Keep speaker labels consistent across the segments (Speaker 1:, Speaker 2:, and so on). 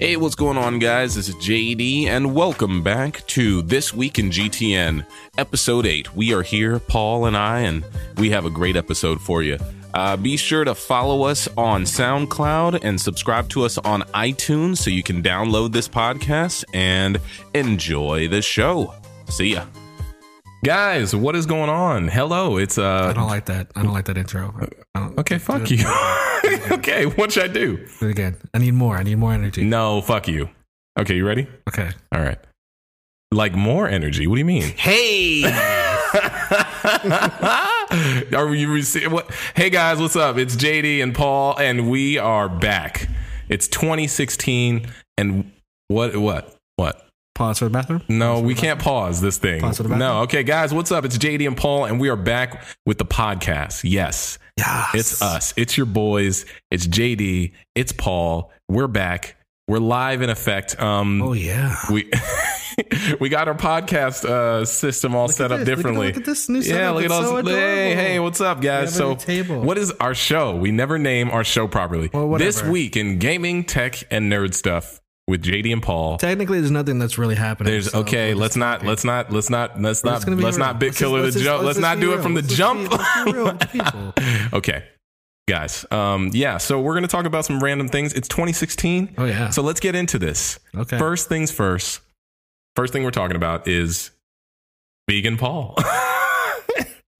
Speaker 1: Hey, what's going on, guys? This is JD, and welcome back to This Week in GTN, Episode 8. We are here, Paul and I, and we have a great episode for you. Uh, be sure to follow us on SoundCloud and subscribe to us on iTunes so you can download this podcast and enjoy the show. See ya. Guys, what is going on? Hello, it's
Speaker 2: I
Speaker 1: uh
Speaker 2: don't like that. I don't like that intro. I don't-
Speaker 1: okay, fuck
Speaker 2: do
Speaker 1: you.
Speaker 2: it-
Speaker 1: okay, what should I do?
Speaker 2: Do it again. I need more. I need more energy.
Speaker 1: No, fuck you. Okay, you ready?
Speaker 2: Okay.
Speaker 1: All right. Like more energy. What do you mean?
Speaker 2: Hey.
Speaker 1: are you rece- what? Hey guys, what's up? It's JD and Paul, and we are back. It's 2016, and what? What? What?
Speaker 2: Pause for the bathroom.
Speaker 1: No, we can't pause this thing.
Speaker 2: Pause for the bathroom?
Speaker 1: No, okay, guys, what's up? It's JD and Paul, and we are back with the podcast. Yes,
Speaker 2: Yeah.
Speaker 1: it's us. It's your boys. It's JD. It's Paul. We're back. We're live in effect. Um,
Speaker 2: Oh yeah.
Speaker 1: we we got our podcast uh, system all
Speaker 2: Look
Speaker 1: set
Speaker 2: at
Speaker 1: up
Speaker 2: this. Look at-
Speaker 1: differently.
Speaker 2: look at this new
Speaker 1: Yeah,
Speaker 2: setup.
Speaker 1: look at
Speaker 2: It's
Speaker 1: all.
Speaker 2: so
Speaker 1: hey,
Speaker 2: adorable.
Speaker 1: hey, what's up,
Speaker 2: have
Speaker 1: guys?
Speaker 2: a
Speaker 1: So,
Speaker 2: new table.
Speaker 1: what is our show? We never name our show properly.
Speaker 2: Well, whatever.
Speaker 1: this week in gaming, tech, and nerd stuff with JD and Paul.
Speaker 2: Technically, there's nothing that's really happening.
Speaker 1: There's
Speaker 2: so
Speaker 1: okay.
Speaker 2: we're
Speaker 1: Let's
Speaker 2: just-
Speaker 1: not. Let's not. Let's not. Let's
Speaker 2: we're
Speaker 1: not.
Speaker 2: just gonna be
Speaker 1: Let's
Speaker 2: real.
Speaker 1: not big
Speaker 2: Let's
Speaker 1: killer the
Speaker 2: just- let's
Speaker 1: jump.
Speaker 2: just-
Speaker 1: Let's not
Speaker 2: be
Speaker 1: do it
Speaker 2: real.
Speaker 1: from the
Speaker 2: Let's just
Speaker 1: jump.
Speaker 2: be- let's be real with people.
Speaker 1: okay, guys. Um, yeah. So we're gonna talk about some random things. It's 2016.
Speaker 2: Oh yeah.
Speaker 1: So let's get into this.
Speaker 2: okay.
Speaker 1: First things first. First thing we're talking about is vegan Paul.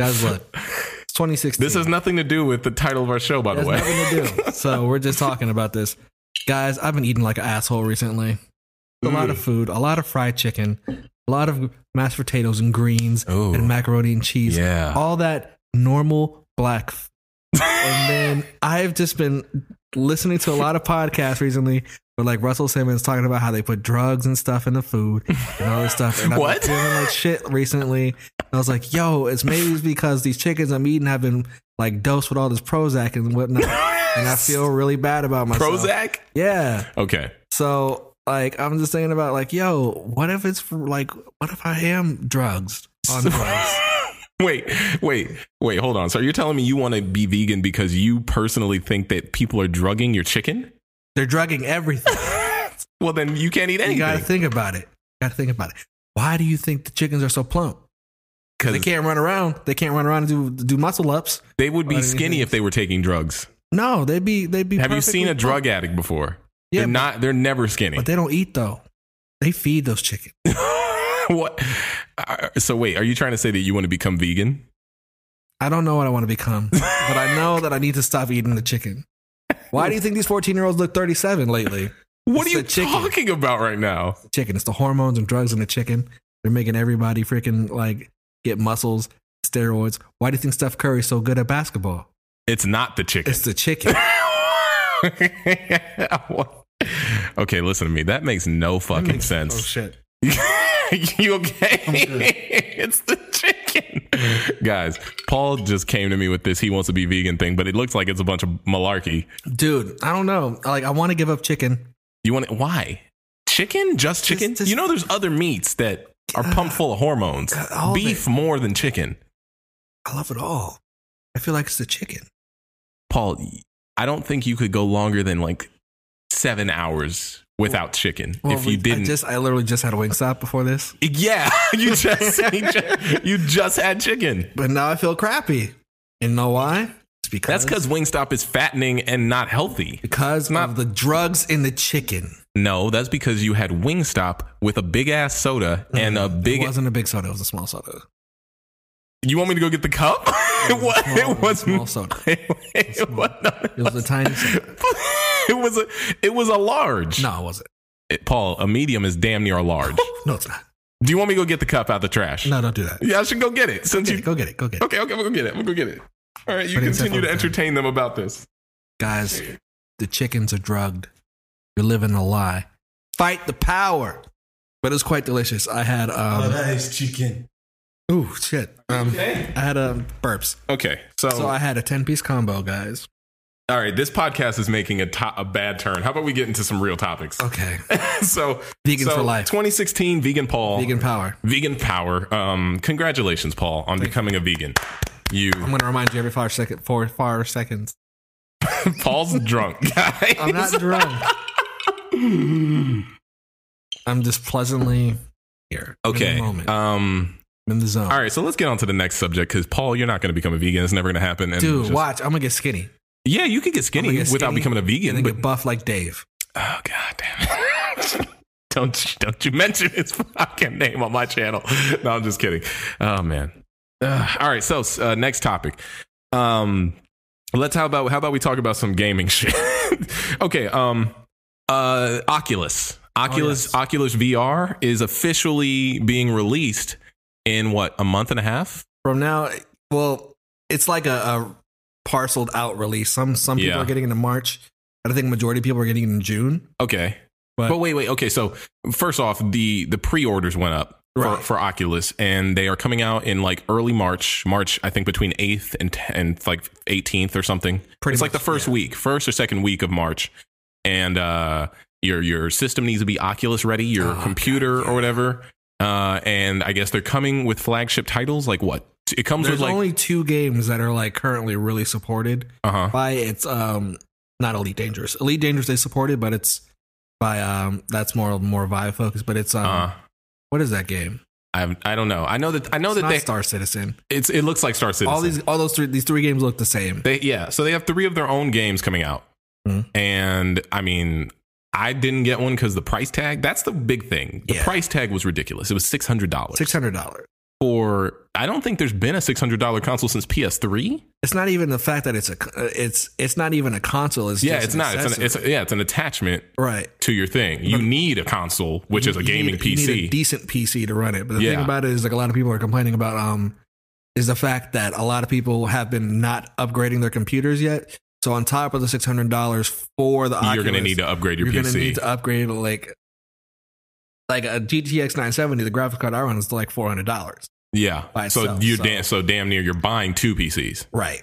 Speaker 2: Guys, look. It's 2016.
Speaker 1: this has nothing to do with the title of our show, by the
Speaker 2: There's
Speaker 1: way.
Speaker 2: nothing to do. So we're just talking about this, guys. I've been eating like an asshole recently. A lot of food, a lot of fried chicken, a lot of mashed potatoes and greens,
Speaker 1: Ooh.
Speaker 2: and macaroni and cheese.
Speaker 1: yeah.
Speaker 2: all that normal black. f- and then I've just been listening to a lot of podcasts recently where like Russell Simmons talking about how they put drugs and stuff in the food and all this stuff. And I've been
Speaker 1: What?
Speaker 2: feeling like shit recently. And I was like, yo, it's maybe it's because these chickens I'm eating have been like dosed with all this Prozac and whatnot. and I feel really bad about myself.
Speaker 1: Prozac.
Speaker 2: Yeah.
Speaker 1: Okay.
Speaker 2: So like I'm just thinking about like, yo, what if it's like what if I am drugs on drugs?
Speaker 1: wait, wait, wait. Hold on. So you're telling me you want to be vegan because you personally think that people are drugging your chicken?
Speaker 2: They're drugging everything.
Speaker 1: Well, then you can't eat
Speaker 2: You gotta
Speaker 1: anything.
Speaker 2: think about it. You gotta think about it. Why do you think the chickens are so plump? They
Speaker 1: Because
Speaker 2: can't run around. They can't run around and do do muscle ups.
Speaker 1: they would be
Speaker 2: Why do you
Speaker 1: skinny
Speaker 2: think-
Speaker 1: if they were taking drugs.
Speaker 2: No, they'd be they'd be.
Speaker 1: Have you seen
Speaker 2: perfectly
Speaker 1: a drug addict before?
Speaker 2: Yeah,
Speaker 1: they're
Speaker 2: but-
Speaker 1: not. They're never
Speaker 2: plump,
Speaker 1: skinny.
Speaker 2: But they don't eat though. They feed those chickens.
Speaker 1: what? Uh, So wait, are you trying to say that you want to become vegan?
Speaker 2: I don't know what I want to become, but I know that I need to stop eating the chicken. Why do you think these fourteen year olds look thirty seven lately?
Speaker 1: What
Speaker 2: It's
Speaker 1: are you
Speaker 2: the chicken.
Speaker 1: talking about right now?
Speaker 2: The chicken. It's the hormones and drugs in the chicken. They're making everybody freaking like get muscles, steroids. Why do you think Steph Curry's so good at basketball?
Speaker 1: It's not the chicken.
Speaker 2: It's the chicken.
Speaker 1: okay, listen to me. That makes no fucking
Speaker 2: Makes- Oh
Speaker 1: sense.
Speaker 2: shit.
Speaker 1: you okay?
Speaker 2: good.
Speaker 1: it's the chicken. Guys, Paul just came to me with this he wants to be vegan thing, but it looks like it's a bunch of malarkey.
Speaker 2: Dude, I don't know. Like, I want to give up chicken.
Speaker 1: You want to, why? Chicken? Just chicken?
Speaker 2: Just- just-
Speaker 1: you know there's other meats that are pumped full of hormones.
Speaker 2: God, all of
Speaker 1: Beef
Speaker 2: it.
Speaker 1: more than chicken.
Speaker 2: I love it all. I feel like it's the chicken.
Speaker 1: Paul, I don't think you could go longer than like seven hours without chicken if you
Speaker 2: we-
Speaker 1: didn't.
Speaker 2: I just, I literally just had a Wingstop before this,
Speaker 1: yeah, you just, you just you just had chicken.
Speaker 2: but now I feel crappy. And you know why? It's
Speaker 1: That's
Speaker 2: because
Speaker 1: because Wingstop is fattening and not healthy.
Speaker 2: because of the drugs in the chicken.
Speaker 1: No, that's because you had Wingstop with a big ass soda and a big.
Speaker 2: Uh, It wasn't a big soda. It was a small soda.
Speaker 1: You want me to go get the cup? It was.
Speaker 2: small-
Speaker 1: It
Speaker 2: it was
Speaker 1: was
Speaker 2: a small soda.
Speaker 1: It was.
Speaker 2: It was a tiny soda.
Speaker 1: It was a. It was a large.
Speaker 2: No, it wasn't.
Speaker 1: It- Paul, a medium is damn near a large.
Speaker 2: No, it's not.
Speaker 1: Do you want me to go get the cup out the trash?
Speaker 2: No, don't do that.
Speaker 1: Yeah, I should go get it. Since
Speaker 2: Get
Speaker 1: you
Speaker 2: it, go get it. Go get it.
Speaker 1: okay, okay, I'm gonna go get it. I'm gonna go get it. All right, you
Speaker 2: But it's
Speaker 1: continue to
Speaker 2: definitely-
Speaker 1: entertain them about this.
Speaker 2: Guys, the chickens are drugged. You're living a lie. Fight the power. But it was quite delicious. I had,
Speaker 3: Oh,
Speaker 2: um,
Speaker 3: that is chicken.
Speaker 2: ooh, shit. Um,
Speaker 1: Okay.
Speaker 2: I had um, burps.
Speaker 1: Okay. So,
Speaker 2: So I had a 10 piece combo, guys.
Speaker 1: all right, this podcast is making a to- a bad turn. How about we get into some real topics?
Speaker 2: Okay.
Speaker 1: so,
Speaker 2: Vegan
Speaker 1: so
Speaker 2: for life.
Speaker 1: 2016 vegan Paul.
Speaker 2: Vegan power.
Speaker 1: Vegan power. Um, congratulations, Paul, on becoming a vegan. You,
Speaker 2: I'm going to remind you every five, second, four, five seconds.
Speaker 1: Paul's drunk, guys.
Speaker 2: I'm not drunk. I'm just pleasantly here. I'm In
Speaker 1: Okay.
Speaker 2: the, moment.
Speaker 1: Um.
Speaker 2: I'm in the zone.
Speaker 1: All right. So let's get on to the next subject because Paul, you're not going to become a vegan. It's never going to happen. And
Speaker 2: Dude,
Speaker 1: just-
Speaker 2: watch. I'm gonna get skinny.
Speaker 1: Yeah, you could get
Speaker 2: I'm
Speaker 1: skinny
Speaker 2: gonna get
Speaker 1: without
Speaker 2: skinny
Speaker 1: becoming a
Speaker 2: And
Speaker 1: vegan.
Speaker 2: then
Speaker 1: But
Speaker 2: get buff like Dave.
Speaker 1: oh god damn it! don't don't you mention his fucking name on my channel? No, I'm just kidding. Oh man. Ugh. all right. So uh, next topic. Um, let's how about how about we talk about some gaming shit? okay. Um, uh, Oculus, Oculus,
Speaker 2: yes.
Speaker 1: Oculus VR is officially being released in what a month and a half.
Speaker 2: From now, well, it's like a, a parceled out release. Some some people
Speaker 1: Yeah.
Speaker 2: are getting it in March. I don't think majority of people are getting it in June.
Speaker 1: Okay.
Speaker 2: But,
Speaker 1: But wait, wait. Okay, so first off, the the pre-orders went up for,
Speaker 2: Right.
Speaker 1: for Oculus, and they are coming out in like early March. March, I think, between eighth and t- and like eighteenth or something.
Speaker 2: Pretty
Speaker 1: it's like the
Speaker 2: much,
Speaker 1: first
Speaker 2: yeah.
Speaker 1: week, first or second week of March, and uh, your your system needs to be Oculus ready, your
Speaker 2: Oh,
Speaker 1: computer
Speaker 2: God, yeah.
Speaker 1: or whatever. Uh, and I guess they're coming with flagship titles. Like what? It comes
Speaker 2: there's
Speaker 1: with like
Speaker 2: only two games that are like currently really supported
Speaker 1: uh huh.
Speaker 2: by it's um not Elite Dangerous. Elite Dangerous they supported, but it's by um that's more more Vive focused. But it's um
Speaker 1: Uh,
Speaker 2: what is that game?
Speaker 1: I I don't know. I know that I know
Speaker 2: It's
Speaker 1: that
Speaker 2: not
Speaker 1: they
Speaker 2: Star Citizen.
Speaker 1: it's it looks like Star Citizen.
Speaker 2: All these all those three these three games look the same.
Speaker 1: They yeah, so they have three of their own games coming out,
Speaker 2: Mhm.
Speaker 1: and I mean, I didn't get one because the price tag. That's the big thing. The
Speaker 2: Yeah.
Speaker 1: price tag was ridiculous. It was six hundred dollars
Speaker 2: Six hundred dollars.
Speaker 1: for. I don't think there's been a six hundred dollar console since PS3.
Speaker 2: It's not even the fact that it's a it's it's not even a console. It's
Speaker 1: yeah,
Speaker 2: just
Speaker 1: it's
Speaker 2: an
Speaker 1: not. It's, an,
Speaker 2: accessory.
Speaker 1: it's yeah, it's an attachment
Speaker 2: right.
Speaker 1: to your thing. You need a console, which is a
Speaker 2: You
Speaker 1: gaming
Speaker 2: need- you need a
Speaker 1: PC.
Speaker 2: decent PC to run it. But the
Speaker 1: Yeah.
Speaker 2: thing about it is, like a lot of people are complaining about, um, is the fact that a lot of people have been not upgrading their computers yet. So on top of the six hundred dollars for the
Speaker 1: you're going to
Speaker 2: Oculus,
Speaker 1: need to upgrade your
Speaker 2: you're gonna
Speaker 1: PC.
Speaker 2: need to upgrade like like a GTX 970. The graphics card I run is like four hundred dollars.
Speaker 1: yeah.
Speaker 2: by
Speaker 1: So
Speaker 2: itself,
Speaker 1: you
Speaker 2: so-
Speaker 1: damn so damn near you're buying two PCs.
Speaker 2: Right.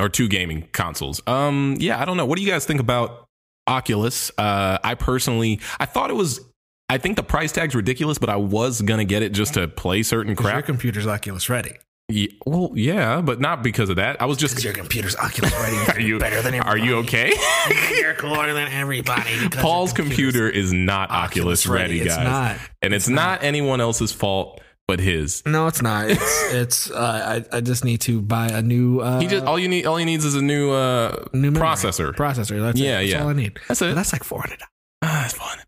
Speaker 1: or two gaming consoles. Um, yeah, I don't know. What do you guys think about Oculus? Uh, I personally, I thought it was. I think the price tag's ridiculous, but I was gonna get it just to play certain
Speaker 2: 'Cause Your
Speaker 1: crap.
Speaker 2: computer's Oculus ready.
Speaker 1: Yeah, well, yeah, but not because of that. I was just.
Speaker 2: Because your computer's Oculus ready. and
Speaker 1: Are you
Speaker 2: better than
Speaker 1: Are
Speaker 2: everybody.
Speaker 1: you okay?
Speaker 2: You're cooler than everybody. because your
Speaker 1: Paul's computer
Speaker 2: computer's
Speaker 1: is not Oculus, ready, guys,
Speaker 2: It's not.
Speaker 1: and it's, not anyone else's fault but his.
Speaker 2: No, it's not. It's it's. Uh, I I just need to buy a new. Uh,
Speaker 1: He just all you need all he needs is a new uh
Speaker 2: new memory.
Speaker 1: processor.
Speaker 2: Processor. That's
Speaker 1: Yeah,
Speaker 2: it. That's
Speaker 1: yeah. Uh,
Speaker 2: all I need.
Speaker 1: That's it.
Speaker 2: But that's like four hundred.
Speaker 1: Ah, it's fun.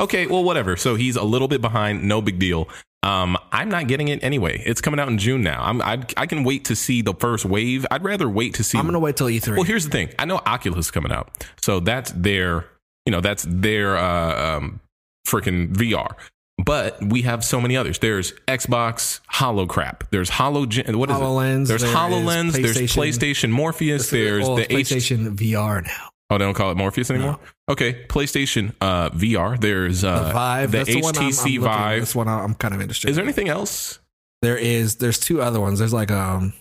Speaker 1: Okay, well, whatever. So he's a little bit behind. No big deal. Um, I'm not getting it anyway. It's coming out in June now. I'm I, I can wait to see the first wave. I'd rather wait to see.
Speaker 2: I'm gonna wait till E three.
Speaker 1: well, here's the thing. I know Oculus is coming out, so that's their you know that's their uh, um, freaking VR. But we have so many others. There's Xbox Hollow crap. There's Hollow. What is it?
Speaker 2: Hololens.
Speaker 1: There's
Speaker 2: there is
Speaker 1: Hololens. There's PlayStation Morpheus.
Speaker 2: This is-
Speaker 1: There's
Speaker 2: oh,
Speaker 1: the
Speaker 2: it's PlayStation VR now.
Speaker 1: Oh, they don't call it Morpheus anymore. Okay, PlayStation uh, VR. There's
Speaker 2: The
Speaker 1: uh,
Speaker 2: Vive.
Speaker 1: the
Speaker 2: that's the one I'm- I'm
Speaker 1: HTC
Speaker 2: looking at.
Speaker 1: Vive.
Speaker 2: This one I'm kind of interested.
Speaker 1: Is there anything else?
Speaker 2: There is. There's two other ones. There's like um.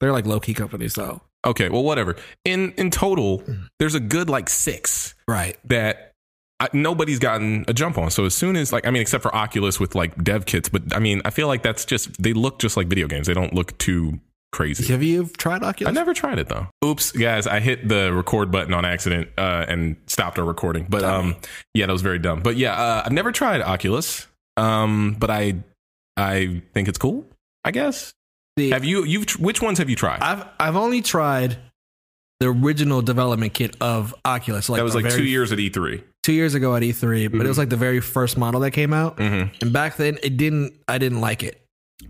Speaker 2: They're like low key companies though.
Speaker 1: Okay, well, whatever. In in total, there's a good like six
Speaker 2: Right.
Speaker 1: that I, nobody's gotten a jump on. So as soon as like, I mean, except for Oculus with like dev kits, but I mean, I feel like that's just they look just like video games. They don't look too crazy.
Speaker 2: Have you tried
Speaker 1: I
Speaker 2: Oculus?
Speaker 1: never tried it though. Oops, guys, I hit the record button on accident uh, and stopped our recording. But um, yeah, that was very dumb. But yeah, uh, I've never tried Oculus. Um, but I I think it's cool. I guess.
Speaker 2: See,
Speaker 1: Have you? You've tr- which ones have you tried?
Speaker 2: I've I've only tried the original development kit of Oculus. Like
Speaker 1: that was
Speaker 2: the
Speaker 1: like
Speaker 2: very-
Speaker 1: two Mm. years at E E3.
Speaker 2: two years ago at E3, but it was like the very first model that came out.
Speaker 1: Mm-hmm.
Speaker 2: And back then, it didn't. I didn't like it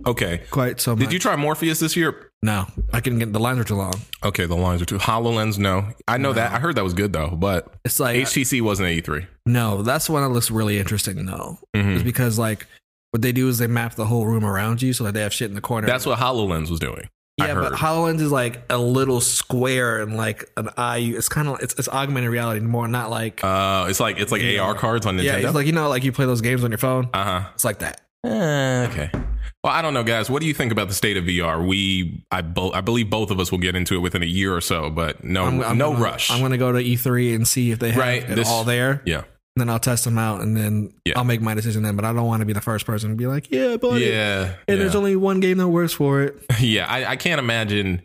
Speaker 1: Okay.
Speaker 2: quite so much.
Speaker 1: Did you try Morpheus this year?
Speaker 2: No, I couldn't get the lines were too long.
Speaker 1: Okay, the lines are too. Hololens, no. I know
Speaker 2: No.
Speaker 1: that. I heard that was good though, but
Speaker 2: It's like
Speaker 1: HTC wasn't at E E3.
Speaker 2: no, that's the one that looks really interesting though,
Speaker 1: Mhm.
Speaker 2: is because like what they do is they map the whole room around you so that they have shit in the corner.
Speaker 1: That's what Hololens was doing. I
Speaker 2: yeah, but
Speaker 1: heard.
Speaker 2: Hololens is like a little square and like an eye. It's kind of it's, it's augmented reality more, not like
Speaker 1: Uh, it's like it's like
Speaker 2: Yeah.
Speaker 1: AR cards on Nintendo.
Speaker 2: yeah, it's like you know like you play those games on your phone.
Speaker 1: uh huh.
Speaker 2: It's like that.
Speaker 1: Uh, okay. Well, I don't know, guys. What do you think about the state of VR? We, I, bo- I believe both of us will get into it within a year or so, but no,
Speaker 2: I'm, I'm
Speaker 1: no
Speaker 2: gonna-
Speaker 1: rush.
Speaker 2: I'm gonna go to E3 and see if they have
Speaker 1: Right,
Speaker 2: it
Speaker 1: this-
Speaker 2: all there.
Speaker 1: yeah,
Speaker 2: And then I'll test them out and then
Speaker 1: Yeah.
Speaker 2: I'll make my decision then. But I don't want to be the first person to be like, yeah, but
Speaker 1: yeah,
Speaker 2: and
Speaker 1: yeah.
Speaker 2: there's only one game that works for it.
Speaker 1: yeah I, I can't imagine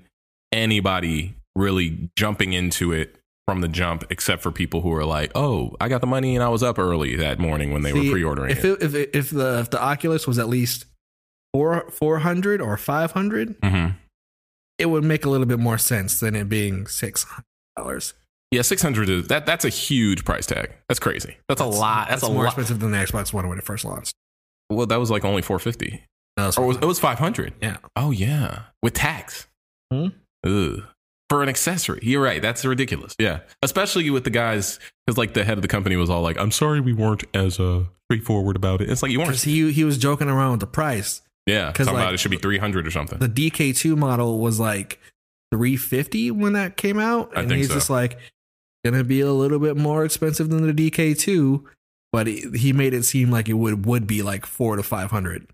Speaker 1: anybody really jumping into it from the jump, except for people who are like, "Oh, I got the money and I was up early that morning when they
Speaker 2: See,
Speaker 1: were pre-ordering."
Speaker 2: If
Speaker 1: it.
Speaker 2: it, if it, if the if the Oculus was at least four four hundred or five hundred,
Speaker 1: Mhm.
Speaker 2: it would make a little bit more sense than it being six hundred dollars.
Speaker 1: Yeah, six hundred is that. That's a huge price tag. That's crazy. That's, a lot. That's, a
Speaker 2: more
Speaker 1: lot.
Speaker 2: expensive than the Xbox One when it first launched.
Speaker 1: Well, that was like only four fifty,
Speaker 2: No, it's
Speaker 1: or
Speaker 2: fine.
Speaker 1: was, it was five hundred.
Speaker 2: Yeah.
Speaker 1: Oh yeah, with tax.
Speaker 2: Hmm?
Speaker 1: Ugh. For an accessory, you're right. That's ridiculous. Yeah, especially with the guys, because like the head of the company was all like, "I'm sorry, we weren't as uh, straightforward about it." It's like you
Speaker 2: 'Cause
Speaker 1: weren't.
Speaker 2: he he was joking around with the price.
Speaker 1: Yeah,
Speaker 2: 'cause,
Speaker 1: talking about
Speaker 2: like,
Speaker 1: it should be three hundred or something.
Speaker 2: The DK2 model was like 350 when that came out,
Speaker 1: I
Speaker 2: and
Speaker 1: think
Speaker 2: he's
Speaker 1: so.
Speaker 2: just like gonna be a little bit more expensive than the DK2, but he, he made it seem like it would would be like four to five hundred.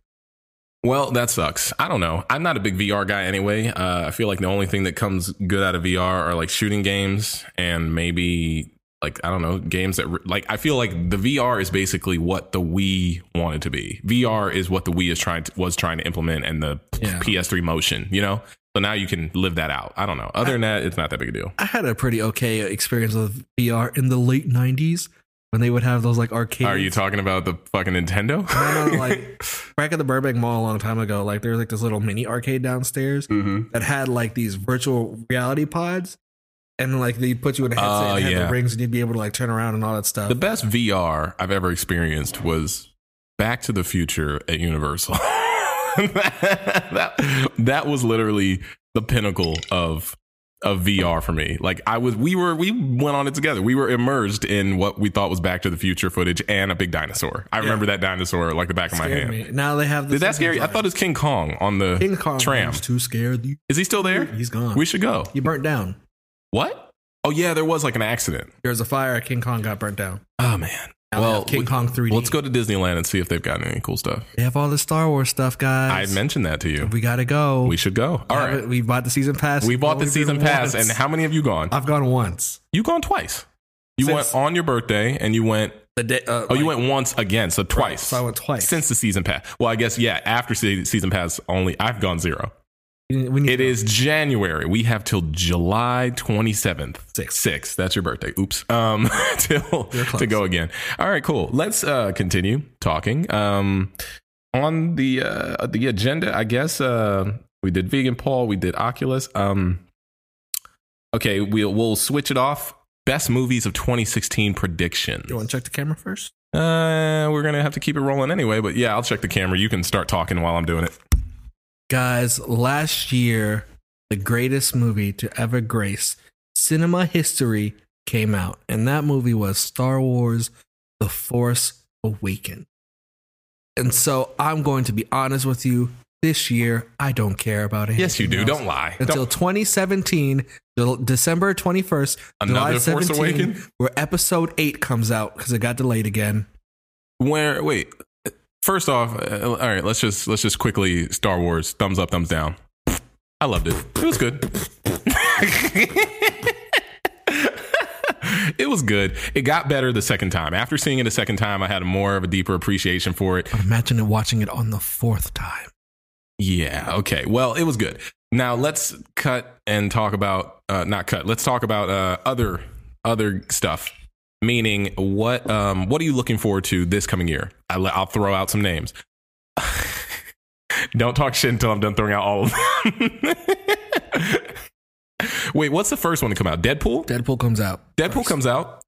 Speaker 1: Well, that sucks. I don't know. I'm not a big VR guy anyway. Uh, I feel like the only thing that comes good out of VR are like shooting games and maybe like I don't know games that re- like I feel like the VR is basically what the Wii wanted to be. VR is what the Wii is trying to, was trying to implement and the p-
Speaker 2: Yeah.
Speaker 1: PS3 motion. You know, so now you can live that out. I don't know. Other than that, it's not that big a deal.
Speaker 2: I had a pretty okay experience with VR in the late '90s when they would have those like arcades.
Speaker 1: Are you talking about the fucking Nintendo?
Speaker 2: No, no, like- back at the Burbank Mall a long time ago? Like there was like this little mini arcade downstairs
Speaker 1: Mhm.
Speaker 2: that had like these virtual reality pods, and like they put you in a headset
Speaker 1: Oh,
Speaker 2: and had
Speaker 1: yeah.
Speaker 2: the rings, and you'd be able to like turn around and all that stuff.
Speaker 1: The best VR I've ever experienced was Back to the Future at Universal. that, that was literally the pinnacle of of VR for me. Like I was we were we went on it together. We were immersed in what we thought was Back to the Future footage and a big dinosaur. I
Speaker 2: Yeah.
Speaker 1: remember that dinosaur like the back of my
Speaker 2: Scared
Speaker 1: hand.
Speaker 2: me. Now they have
Speaker 1: Did that scare you? I thought it was King Kong on the
Speaker 2: King Kong
Speaker 1: tram.
Speaker 2: was too scared.
Speaker 1: Is he still there?
Speaker 2: He's gone.
Speaker 1: We should go.
Speaker 2: you burnt down.
Speaker 1: What? Oh yeah, there was like an accident.
Speaker 2: There was a fire. King Kong got burnt down.
Speaker 1: Oh man.
Speaker 2: Now they
Speaker 1: Well,
Speaker 2: have King
Speaker 1: we-
Speaker 2: Kong 3D.
Speaker 1: let's go to Disneyland and see if they've got any cool stuff.
Speaker 2: They have all the Star Wars stuff,
Speaker 1: I
Speaker 2: guys.
Speaker 1: mentioned that to you.
Speaker 2: we gotta go.
Speaker 1: We should go. All
Speaker 2: Have
Speaker 1: right.
Speaker 2: it- We bought the season pass.
Speaker 1: We bought the
Speaker 2: Only been
Speaker 1: season pass,
Speaker 2: once.
Speaker 1: and how many have you gone?
Speaker 2: I've gone once.
Speaker 1: You gone twice. You
Speaker 2: Since-
Speaker 1: went on your birthday, and you went.
Speaker 2: The day. Uh,
Speaker 1: Oh, you went once again, so twice.
Speaker 2: So I went twice.
Speaker 1: since the season pass. Well, I guess yeah. After se- season pass, only I've gone zero.
Speaker 2: We need
Speaker 1: It is January. We have till July twenty seventh.
Speaker 2: Six.
Speaker 1: Six. That's your birthday. Oops. Um, till
Speaker 2: You're close.
Speaker 1: to go again. All right. Cool. Let's uh continue talking. Um, on the uh the agenda, I guess. Uh, we did vegan Paul. We did Oculus. Um. Okay, we'll we'll switch it off. Best movies of 2016 predictions.
Speaker 2: You want to check the camera first?
Speaker 1: Uh, we're gonna have to keep it rolling anyway. But yeah, I'll check the camera. You can start talking while I'm doing it.
Speaker 2: Guys, last year, the greatest movie to ever grace cinema history came out, and that movie was Star Wars The Force Awakens. And so I'm going to be honest with you. This year, I don't care about it.
Speaker 1: Yes, you do. Don't lie. Don't-
Speaker 2: Until 2017, Del- December 21st,
Speaker 1: Another
Speaker 2: July
Speaker 1: Force
Speaker 2: 17,
Speaker 1: Awakens?
Speaker 2: where episode 8 comes out because it got delayed again.
Speaker 1: where wait first off uh, all right let's just let's just quickly star wars thumbs up thumbs down i loved it it was good it was good it got better the second time after seeing it a second time i had a more of a deeper appreciation for it
Speaker 2: But imagine it watching it on the fourth time.
Speaker 1: yeah okay well it was good now let's cut and talk about uh not cut let's talk about uh other other stuff meaning what um what are you looking forward to this coming year I, i'll throw out some names Don't talk shit until I'm done throwing out all of them. Wait, what's the first one to come out? Deadpool?
Speaker 2: Deadpool comes out.
Speaker 1: Deadpool
Speaker 2: first.
Speaker 1: comes out.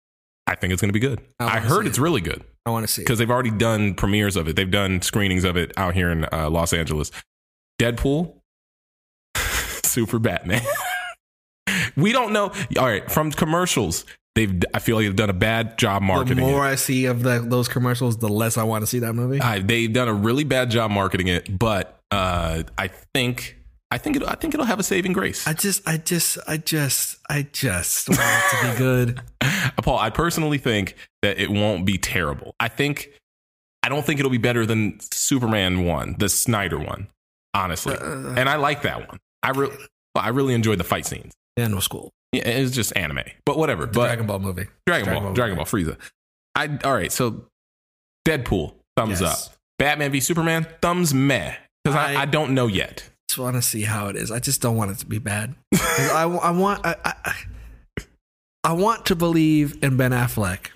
Speaker 1: I think it's going to be good.
Speaker 2: I
Speaker 1: I,
Speaker 2: wanna
Speaker 1: heard
Speaker 2: see
Speaker 1: it's
Speaker 2: it.
Speaker 1: really good
Speaker 2: I want to see. it.
Speaker 1: because they've already done premieres of it. They've done screenings of it out here in uh, Los Angeles. Deadpool, Super Batman. we don't know. All right, from commercials, they've. I feel like they've done a bad job marketing.
Speaker 2: The
Speaker 1: it.
Speaker 2: more I see of the, those commercials, the less I want to see that movie.
Speaker 1: Uh, they've done a really bad job marketing it, but uh, I think I think it, I think it'll have a saving grace.
Speaker 2: I just, I just, I just, I just want it to be good.
Speaker 1: Paul, I personally think that it won't be terrible. I think I don't think it'll be better than Superman one, the Snyder one, honestly.
Speaker 2: Uh,
Speaker 1: and I like that one. I re- I really enjoyed the fight scenes.
Speaker 2: Animal School,
Speaker 1: Yeah, it's just anime, but whatever.
Speaker 2: the
Speaker 1: but
Speaker 2: Dragon Ball movie.
Speaker 1: Dragon,
Speaker 2: Dragon
Speaker 1: Ball,
Speaker 2: Ball.
Speaker 1: Dragon Ball, Frieza. I all right. So Deadpool, thumbs
Speaker 2: Yes.
Speaker 1: up. Batman v Superman, thumbs meh. Because I,
Speaker 2: I-
Speaker 1: I don't know yet.
Speaker 2: Just want to see how it is. I just don't want it to be bad. 'Cause I, I want, I, I, I want to believe in Ben Affleck.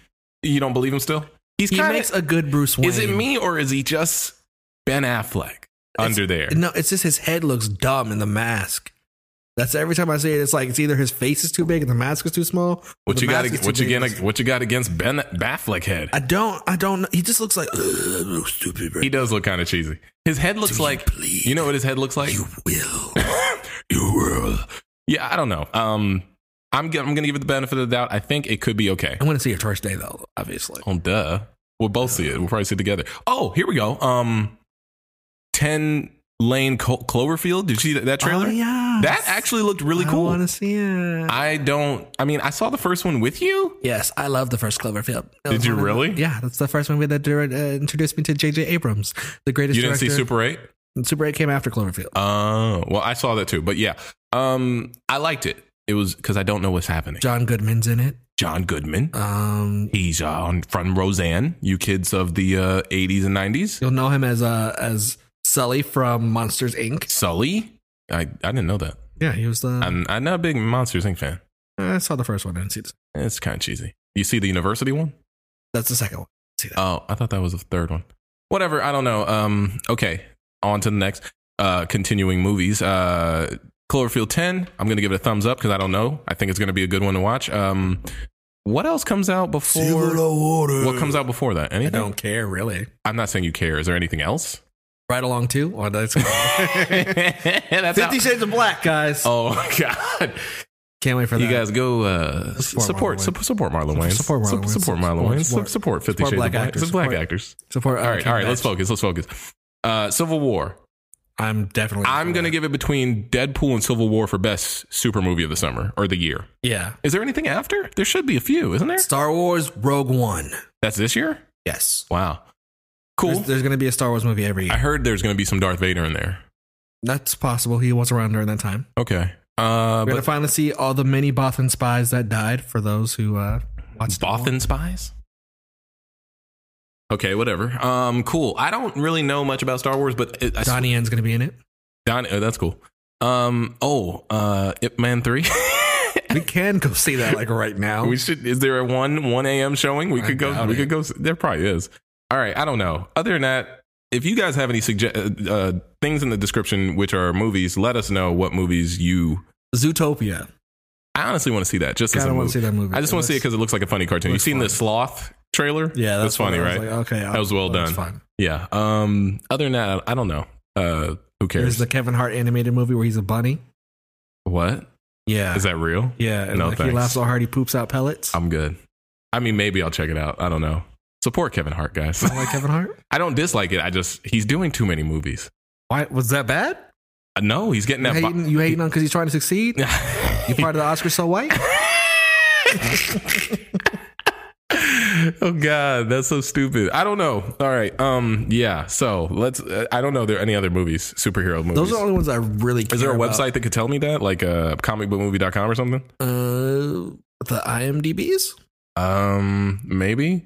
Speaker 1: You don't believe him still? He's
Speaker 2: He
Speaker 1: kind
Speaker 2: makes
Speaker 1: of.
Speaker 2: a good Bruce Wayne.
Speaker 1: Is it me or is he just Ben Affleck under there?
Speaker 2: No, it's just his head looks dumb in the mask. That's every time I see it. It's like it's either his face is too big and the mask is too small. or
Speaker 1: What
Speaker 2: the
Speaker 1: you got?
Speaker 2: mask is too
Speaker 1: What you
Speaker 2: big.
Speaker 1: got? What you got against Ben Affleck head?
Speaker 2: I don't. I don't. know. He just looks like "Ugh, stupid.
Speaker 1: He does look kind of cheesy. His head looks like.
Speaker 2: please,
Speaker 1: You know what his head looks like?
Speaker 2: you will.
Speaker 1: You will. Yeah, I don't know. Um, I'm g- I'm gonna give it the benefit of the doubt. I think it could be okay.
Speaker 2: I want to see it first day though. Obviously,
Speaker 1: Oh, duh. We'll both see it. We'll probably see it together. Oh, here we go. Um, ten lane Clo- Cloverfield. Did you see that, that trailer?
Speaker 2: Oh, yeah,
Speaker 1: That actually looked really
Speaker 2: I
Speaker 1: cool.
Speaker 2: want to see it.
Speaker 1: I don't. I mean, I saw the first one with you.
Speaker 2: yes, I love the first Cloverfield.
Speaker 1: Did
Speaker 2: That was
Speaker 1: you
Speaker 2: one of the-
Speaker 1: really?
Speaker 2: yeah, that's the first movie that direct, uh, introduced me to J.J. Abrams, the greatest.
Speaker 1: You didn't see
Speaker 2: director.
Speaker 1: Super Eight.
Speaker 2: Super Eight came after Cloverfield.
Speaker 1: Oh, well, I saw that too. But yeah, um, I liked it. It was because I don't know what's happening.
Speaker 2: John Goodman's in it.
Speaker 1: John Goodman.
Speaker 2: Um,
Speaker 1: He's uh, on from Roseanne. You kids of the uh, 80s and 90s.
Speaker 2: you'll know him as uh, as Sully from Monsters Inc. Um,
Speaker 1: Sully. I, I didn't know that.
Speaker 2: Yeah, he was the.
Speaker 1: I'm, I'm not a big Monsters Inc. fan.
Speaker 2: I saw the first one. I didn't see this.
Speaker 1: It's kind of cheesy. You see the university one?
Speaker 2: That's the second one. See that?
Speaker 1: Oh, I thought that was the third one. Whatever. I don't know. Um. Okay. On to the next. Uh, continuing movies. Uh, Cloverfield 10. I'm gonna give it a thumbs up because I don't know. I think it's gonna be a good one to watch. Um, what else comes out before?
Speaker 2: water.
Speaker 1: What comes out before that?
Speaker 2: I
Speaker 1: Anything?
Speaker 2: don't care really.
Speaker 1: I'm not saying you care. Is there anything else?
Speaker 2: Right along too. Or that's
Speaker 1: That's how-
Speaker 2: Fifty Shades of Black, guys.
Speaker 1: Oh God!
Speaker 2: Can't wait for
Speaker 1: You
Speaker 2: that.
Speaker 1: guys go uh, support
Speaker 2: Support Marlon
Speaker 1: support support Marlon Wayne.
Speaker 2: Support Marlon Wayans.
Speaker 1: Support Marlon
Speaker 2: Support-
Speaker 1: Wayans.
Speaker 2: support-
Speaker 1: Support Fifty
Speaker 2: support
Speaker 1: Shades
Speaker 2: black
Speaker 1: of Black.
Speaker 2: actors.
Speaker 1: Support black
Speaker 2: Support-
Speaker 1: actors.
Speaker 2: Support.
Speaker 1: All right, all right. Let's
Speaker 2: vote.
Speaker 1: focus. Let's focus. Uh, Civil War.
Speaker 2: I'm definitely.
Speaker 1: I'm gonna give it between Deadpool and Civil War for best super movie of the summer or the year.
Speaker 2: Yeah.
Speaker 1: Is there anything after? There should be a few, isn't there?
Speaker 2: Star Wars Rogue One.
Speaker 1: That's this year.
Speaker 2: Yes.
Speaker 1: Wow. Cool.
Speaker 2: There's, there's going to be a Star Wars movie every year.
Speaker 1: I heard there's gonna be some Darth Vader in there.
Speaker 2: That's possible. He was around during that time.
Speaker 1: Okay. Uh,
Speaker 2: We're going
Speaker 1: but
Speaker 2: to finally see all the many Bothan spies that died for those who uh, watched.
Speaker 1: Bothan spies. Okay, whatever. Um, cool. I don't really know much about Star Wars, but it, I sw-
Speaker 2: Donnie Yen's going to be in it.
Speaker 1: Don, oh, that's cool. Um, oh, uh, Ip Man three.
Speaker 2: We can go see that like right now.
Speaker 1: we should. Is there a one one a.m. showing? We
Speaker 2: I
Speaker 1: could go.
Speaker 2: doubt
Speaker 1: We
Speaker 2: it.
Speaker 1: could go. s- There probably is. All right. I don't know. Other than that, if you guys have any sugge- uh, uh, things in the description which are movies, let us know what movies you.
Speaker 2: Zootopia.
Speaker 1: I honestly want to see that. Just as
Speaker 2: Kind
Speaker 1: a
Speaker 2: of want to see
Speaker 1: movie.
Speaker 2: that movie.
Speaker 1: I just want to see it because it looks like a funny cartoon. You
Speaker 2: looks
Speaker 1: seen the
Speaker 2: fun.
Speaker 1: sloth trailer?
Speaker 2: yeah,
Speaker 1: that's,
Speaker 2: what
Speaker 1: funny,
Speaker 2: I was
Speaker 1: right?
Speaker 2: like, oh, okay,
Speaker 1: That was well done.
Speaker 2: Fun.
Speaker 1: yeah. Um. Other than that, I don't know. Uh. Who
Speaker 2: There's
Speaker 1: cares?
Speaker 2: the Kevin Hart animated movie where he's a bunny.
Speaker 1: what
Speaker 2: Yeah,
Speaker 1: is that real?
Speaker 2: yeah, and
Speaker 1: No,
Speaker 2: like he
Speaker 1: thanks. Um,
Speaker 2: laughs so hard he poops out pellets.
Speaker 1: I'm good. I mean, maybe I'll check it out. I don't know. Support Kevin Hart, guys.
Speaker 2: I like Kevin Hart.
Speaker 1: I don't dislike it. I just he's doing too many movies.
Speaker 2: Why was that bad?
Speaker 1: Uh, No, he's getting
Speaker 2: You
Speaker 1: that.
Speaker 2: hating, you hating on because he's trying to succeed? You
Speaker 1: bo-
Speaker 2: part of the Oscar so white?
Speaker 1: oh God, that's so stupid. I don't know. All right. Um. Yeah. So let's. Uh, I don't know. There are any other movies, superhero movies.
Speaker 2: Those are the only ones I really. Care
Speaker 1: Is there a
Speaker 2: about.
Speaker 1: website that could tell me that, like uh, comicbookmovie.com or something?
Speaker 2: Uh, the IMDb's.
Speaker 1: Um. Maybe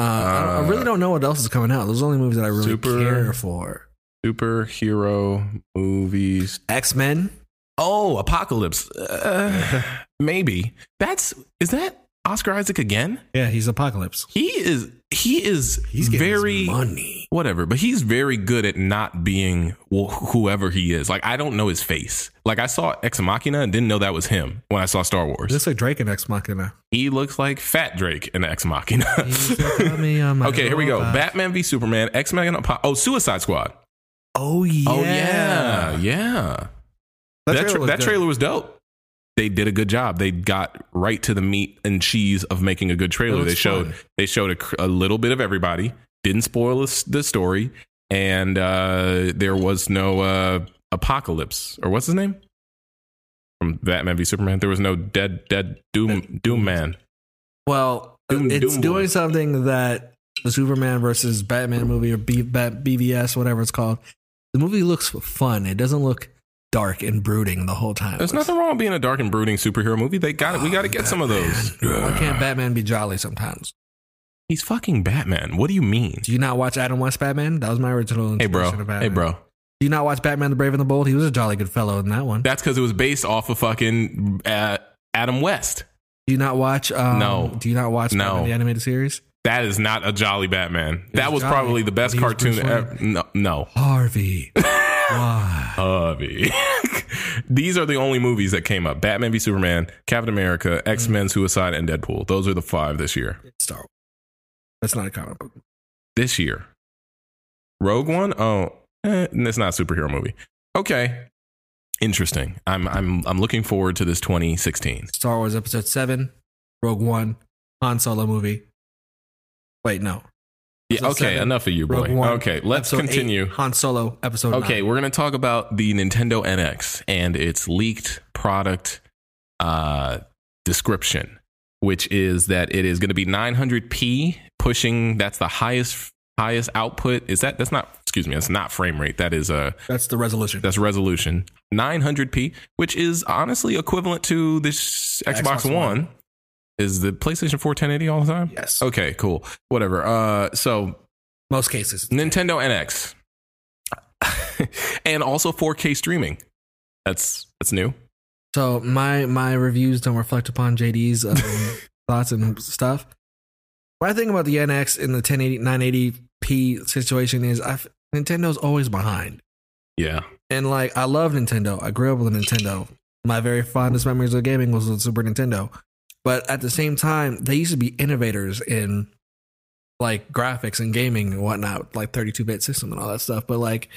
Speaker 2: Uh, I, I really don't know what else is coming out. Those are the only movies that I really
Speaker 1: Super-
Speaker 2: care for.
Speaker 1: superhero movies.
Speaker 2: X Men.
Speaker 1: Oh, Apocalypse. Uh, maybe that's is that Oscar Isaac again?
Speaker 2: Yeah, he's Apocalypse.
Speaker 1: He is he is
Speaker 2: He's getting his
Speaker 1: very
Speaker 2: money.
Speaker 1: whatever, but he's very good at not being wh- whoever he is. Like I don't know his face. Like I saw Ex Machina and didn't know that was him when I saw Star Wars.
Speaker 2: Just like Drake and X Machina.
Speaker 1: he looks like Fat Drake in Ex Machina.
Speaker 2: He's a dummy, I'm a
Speaker 1: okay, here we go.
Speaker 2: robot.
Speaker 1: Batman v Superman, X Men. Apo- oh, Suicide Squad.
Speaker 2: Oh yeah.
Speaker 1: Oh yeah, yeah. That that, trailer,
Speaker 2: was
Speaker 1: that
Speaker 2: good.
Speaker 1: trailer was dope. They did a good job. They got right to the meat and cheese of making a good trailer.
Speaker 2: looks
Speaker 1: They showed
Speaker 2: fun.
Speaker 1: they showed a, cr- a little bit of everybody. Didn't spoil the s- the story, and uh, there was no uh, apocalypse or what's his name from Batman v Superman. There was no dead dead doom doom man.
Speaker 2: Well,
Speaker 1: Doom-
Speaker 2: it's
Speaker 1: Doom
Speaker 2: doing
Speaker 1: Boy.
Speaker 2: something that the Superman versus Batman movie or B, Bat, BVS, whatever it's called. The movie looks fun. It doesn't look dark and brooding the whole time.
Speaker 1: There's nothing wrong with being a dark and brooding superhero movie. They got it. We got to
Speaker 2: Oh,
Speaker 1: get some of those.
Speaker 2: Why can't Batman be jolly sometimes?
Speaker 1: He's fucking Batman. What do you mean?
Speaker 2: Do you not watch Adam West Batman? That was my original.
Speaker 1: Hey bro.
Speaker 2: introduction to
Speaker 1: Hey
Speaker 2: Batman.
Speaker 1: bro.
Speaker 2: Do you not watch Batman: The Brave and the Bold? He was a jolly good fellow in that one.
Speaker 1: That's because it was based off of fucking uh, Adam West.
Speaker 2: Do you not watch? Um,
Speaker 1: No.
Speaker 2: Do you not watch
Speaker 1: No.
Speaker 2: Batman the animated series?
Speaker 1: That is not a jolly Batman. that was
Speaker 2: jolly,
Speaker 1: probably the best
Speaker 2: but he was
Speaker 1: cartoon
Speaker 2: Bruce Wayne.
Speaker 1: ever. No, no.
Speaker 2: Harvey. Why?
Speaker 1: Hubby. These are the only movies that came up: Batman v Superman, Captain America, X Men, Suicide, and Deadpool. Those are the five this year.
Speaker 2: Star Wars. That's not a comic book.
Speaker 1: This year, Rogue One. Oh, eh, it's not a superhero movie. Okay, interesting. I'm I'm I'm looking forward to this 2016.
Speaker 2: Star Wars Episode Seven, Rogue One, Han Solo movie. Wait, no.
Speaker 1: Yeah.
Speaker 2: Episode
Speaker 1: Okay.
Speaker 2: seven,
Speaker 1: Enough of you, boy.
Speaker 2: Rogue One.
Speaker 1: Okay. Let's
Speaker 2: Episode eight,
Speaker 1: continue.
Speaker 2: Han Solo Episode.
Speaker 1: Okay,
Speaker 2: nine.
Speaker 1: we're going to talk about the Nintendo NX and its leaked product uh, description, which is that it is going to be 900p pushing. That's the highest highest output. Is that that's not excuse me, that's not frame rate. That is uh,
Speaker 2: that's the resolution.
Speaker 1: that's resolution 900p, which is honestly equivalent to this Xbox,
Speaker 2: Xbox One.
Speaker 1: One. Is the PlayStation 4 1080 all the time?
Speaker 2: yes.
Speaker 1: Okay, cool. Whatever. Uh, so
Speaker 2: Most cases.
Speaker 1: Nintendo NX, and also 4K streaming. That's that's new.
Speaker 2: So my my reviews don't reflect upon JD's um, thoughts and stuff. What I think about the NX and the 1080 980p situation is I Nintendo's always behind.
Speaker 1: Yeah,
Speaker 2: And like I love Nintendo. I grew up with a Nintendo. My very fondest memories of gaming was with Super Nintendo. But at the same time, they used to be innovators in like graphics and gaming and whatnot, like 32 bit system and all that stuff. But like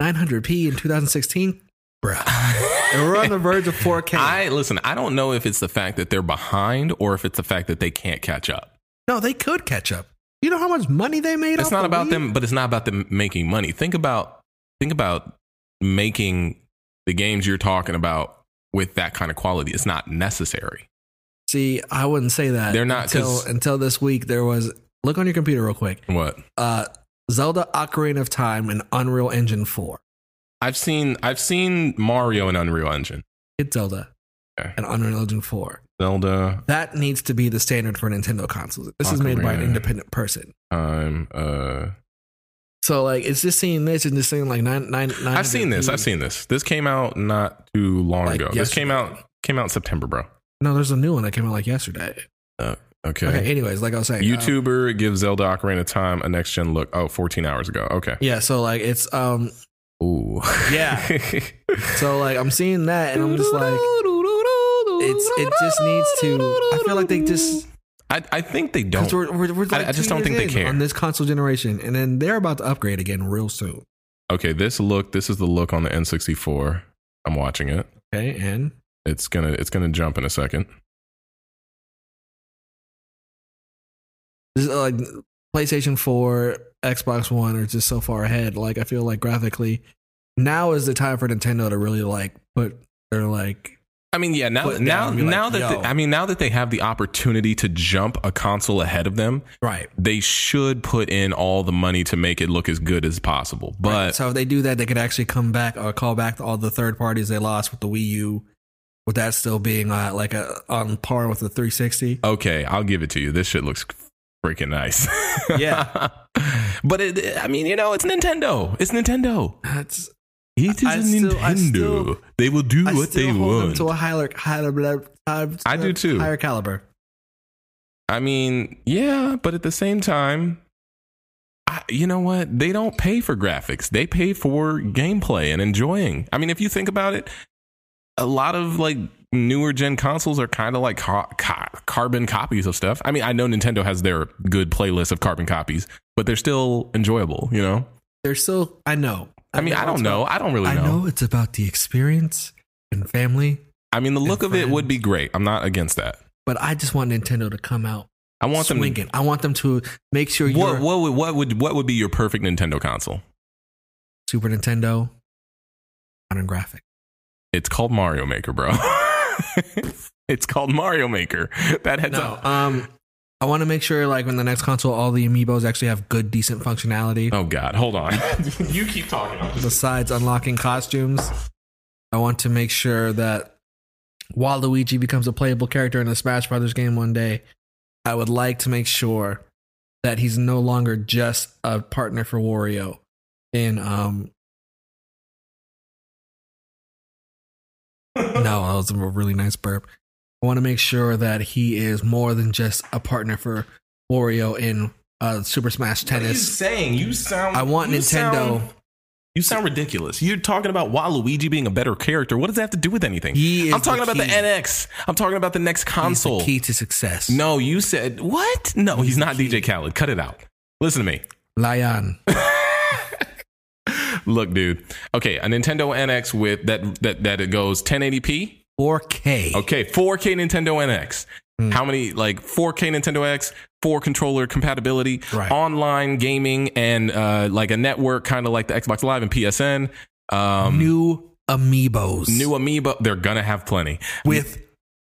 Speaker 2: 900p in 2016, bruh. And we're on the verge of 4K.
Speaker 1: I listen. I don't know if it's the fact that they're behind or if it's the fact that they can't catch up.
Speaker 2: No, they could catch up. You know how much money they made?
Speaker 1: It's
Speaker 2: off
Speaker 1: not
Speaker 2: the
Speaker 1: about
Speaker 2: Wii?
Speaker 1: them, but it's not about them making money. Think about think about making the games you're talking about with that kind of quality. It's not necessary.
Speaker 2: See, I wouldn't say that.
Speaker 1: They're not,
Speaker 2: until
Speaker 1: 'cause-
Speaker 2: until this week. There was look on your computer real quick.
Speaker 1: What
Speaker 2: Uh, Zelda: Ocarina of Time and Unreal Engine Four.
Speaker 1: I've seen, I've seen Mario and Unreal Engine,
Speaker 2: It's Zelda
Speaker 1: Okay.
Speaker 2: and Unreal Engine Four.
Speaker 1: Zelda,
Speaker 2: That needs to be the standard for Nintendo consoles. This is made by an
Speaker 1: Ocarina.
Speaker 2: independent person.
Speaker 1: um, uh,
Speaker 2: So like, it's just seeing this and just seeing like nine nine.
Speaker 1: I've seen this. I've seen this. This came out not too long
Speaker 2: Like
Speaker 1: ago. This
Speaker 2: yesterday.
Speaker 1: came out came out in September, bro.
Speaker 2: No, there's a new one that came out like yesterday.
Speaker 1: Okay.
Speaker 2: Okay. anyways, like I was saying, um,
Speaker 1: YouTuber gives Zelda Ocarina of Time a next gen look. Oh, 14 hours ago. Okay.
Speaker 2: yeah. So like, it's um.
Speaker 1: Ooh.
Speaker 2: Yeah. So like, I'm seeing that and I'm just like. it's it just needs to. I feel like they just
Speaker 1: I, I think they
Speaker 2: because
Speaker 1: don't.
Speaker 2: we're, we're, we're like
Speaker 1: I- I just
Speaker 2: two
Speaker 1: don't think
Speaker 2: years
Speaker 1: they
Speaker 2: in
Speaker 1: care.
Speaker 2: on this console generation, and then they're about to upgrade again real soon.
Speaker 1: Okay, this look. This is the look on the N64. I'm watching it.
Speaker 2: Okay, and
Speaker 1: It's gonna it's gonna jump in a second.
Speaker 2: this is, uh, like PlayStation Four, Xbox One are just so far ahead. Like I feel like graphically, now is the time for Nintendo to really like put their like
Speaker 1: I mean, yeah. Now,
Speaker 2: Put it
Speaker 1: now,
Speaker 2: down and be
Speaker 1: now
Speaker 2: like,
Speaker 1: that
Speaker 2: yo.
Speaker 1: they, I mean, now that they have the opportunity to jump a console ahead of them,
Speaker 2: right.
Speaker 1: they should put in all the money to make it look as good as possible. But
Speaker 2: so if they do that, they could actually come back or call back to all the third parties they lost with the Wii U, with that still being uh, like a, on par with the 360.
Speaker 1: okay, I'll give it to you. This shit looks freaking nice.
Speaker 2: Yeah.
Speaker 1: but it, I mean, you know, it's Nintendo. It's Nintendo.
Speaker 2: That's
Speaker 1: It is
Speaker 2: I still- I still-
Speaker 1: they will do
Speaker 2: I
Speaker 1: what
Speaker 2: still
Speaker 1: they
Speaker 2: hold them
Speaker 1: want.
Speaker 2: to a higher, higher, higher,
Speaker 1: I do too.
Speaker 2: Higher caliber.
Speaker 1: I mean, yeah, but at the same time, I, you know what? They don't pay for graphics. They pay for gameplay and enjoying. I mean, if you think about it, a lot of like newer gen consoles are kind of like ca- ca- carbon copies of stuff. I mean, I know Nintendo has their good playlist of carbon copies, but they're still enjoyable, you know?
Speaker 2: They're still. I know.
Speaker 1: I mean, I
Speaker 2: it's
Speaker 1: don't know.
Speaker 2: about-
Speaker 1: I don't really
Speaker 2: I
Speaker 1: know.
Speaker 2: know it's about the experience and family,
Speaker 1: I mean, the
Speaker 2: And
Speaker 1: look of it would
Speaker 2: friends.
Speaker 1: be great. I'm not against that.
Speaker 2: but I just want Nintendo to come out
Speaker 1: I want them to
Speaker 2: swinging. I want them to make sure you're
Speaker 1: What, what would what would what would be your perfect Nintendo console?
Speaker 2: Super Nintendo modern graphic.
Speaker 1: It's called Mario Maker, bro. it's called Mario Maker. That heads
Speaker 2: No,
Speaker 1: up.
Speaker 2: um, I want to make sure like when the next console, all the amiibos actually have good, decent functionality.
Speaker 1: Oh God, hold on. you keep talking. I'm just-
Speaker 2: Besides unlocking costumes, I want to make sure that Waluigi becomes a playable character in a Smash Brothers game one day. I would like to make sure that he's no longer just a partner for Wario in um No, that was a really nice burp. I want to make sure that he is more than just a partner for Wario in uh, Super Smash
Speaker 1: What are you
Speaker 2: Tennis.
Speaker 1: saying? You sound.
Speaker 2: I want
Speaker 1: you
Speaker 2: Nintendo.
Speaker 1: sound- you sound ridiculous. You're talking about Waluigi being a better character. What does that have to do with anything?
Speaker 2: He is
Speaker 1: I'm talking
Speaker 2: the
Speaker 1: about the
Speaker 2: key.
Speaker 1: NX. I'm talking about the next
Speaker 2: He's the
Speaker 1: console.
Speaker 2: key to success.
Speaker 1: No, you said what? No, he's, not DJ Khaled. Cut it out. Listen to me.
Speaker 2: Lion.
Speaker 1: Look, dude. Okay, a Nintendo NX with that that that it goes 1080p.
Speaker 2: 4K.
Speaker 1: Okay, 4K Nintendo NX.
Speaker 2: Hmm.
Speaker 1: How many like 4K Nintendo X, four controller compatibility,
Speaker 2: Right.
Speaker 1: online gaming, and uh, like a network kind of like the Xbox Live and PSN. Um, new,
Speaker 2: new amiibos.
Speaker 1: amiibo. They're gonna have plenty
Speaker 2: with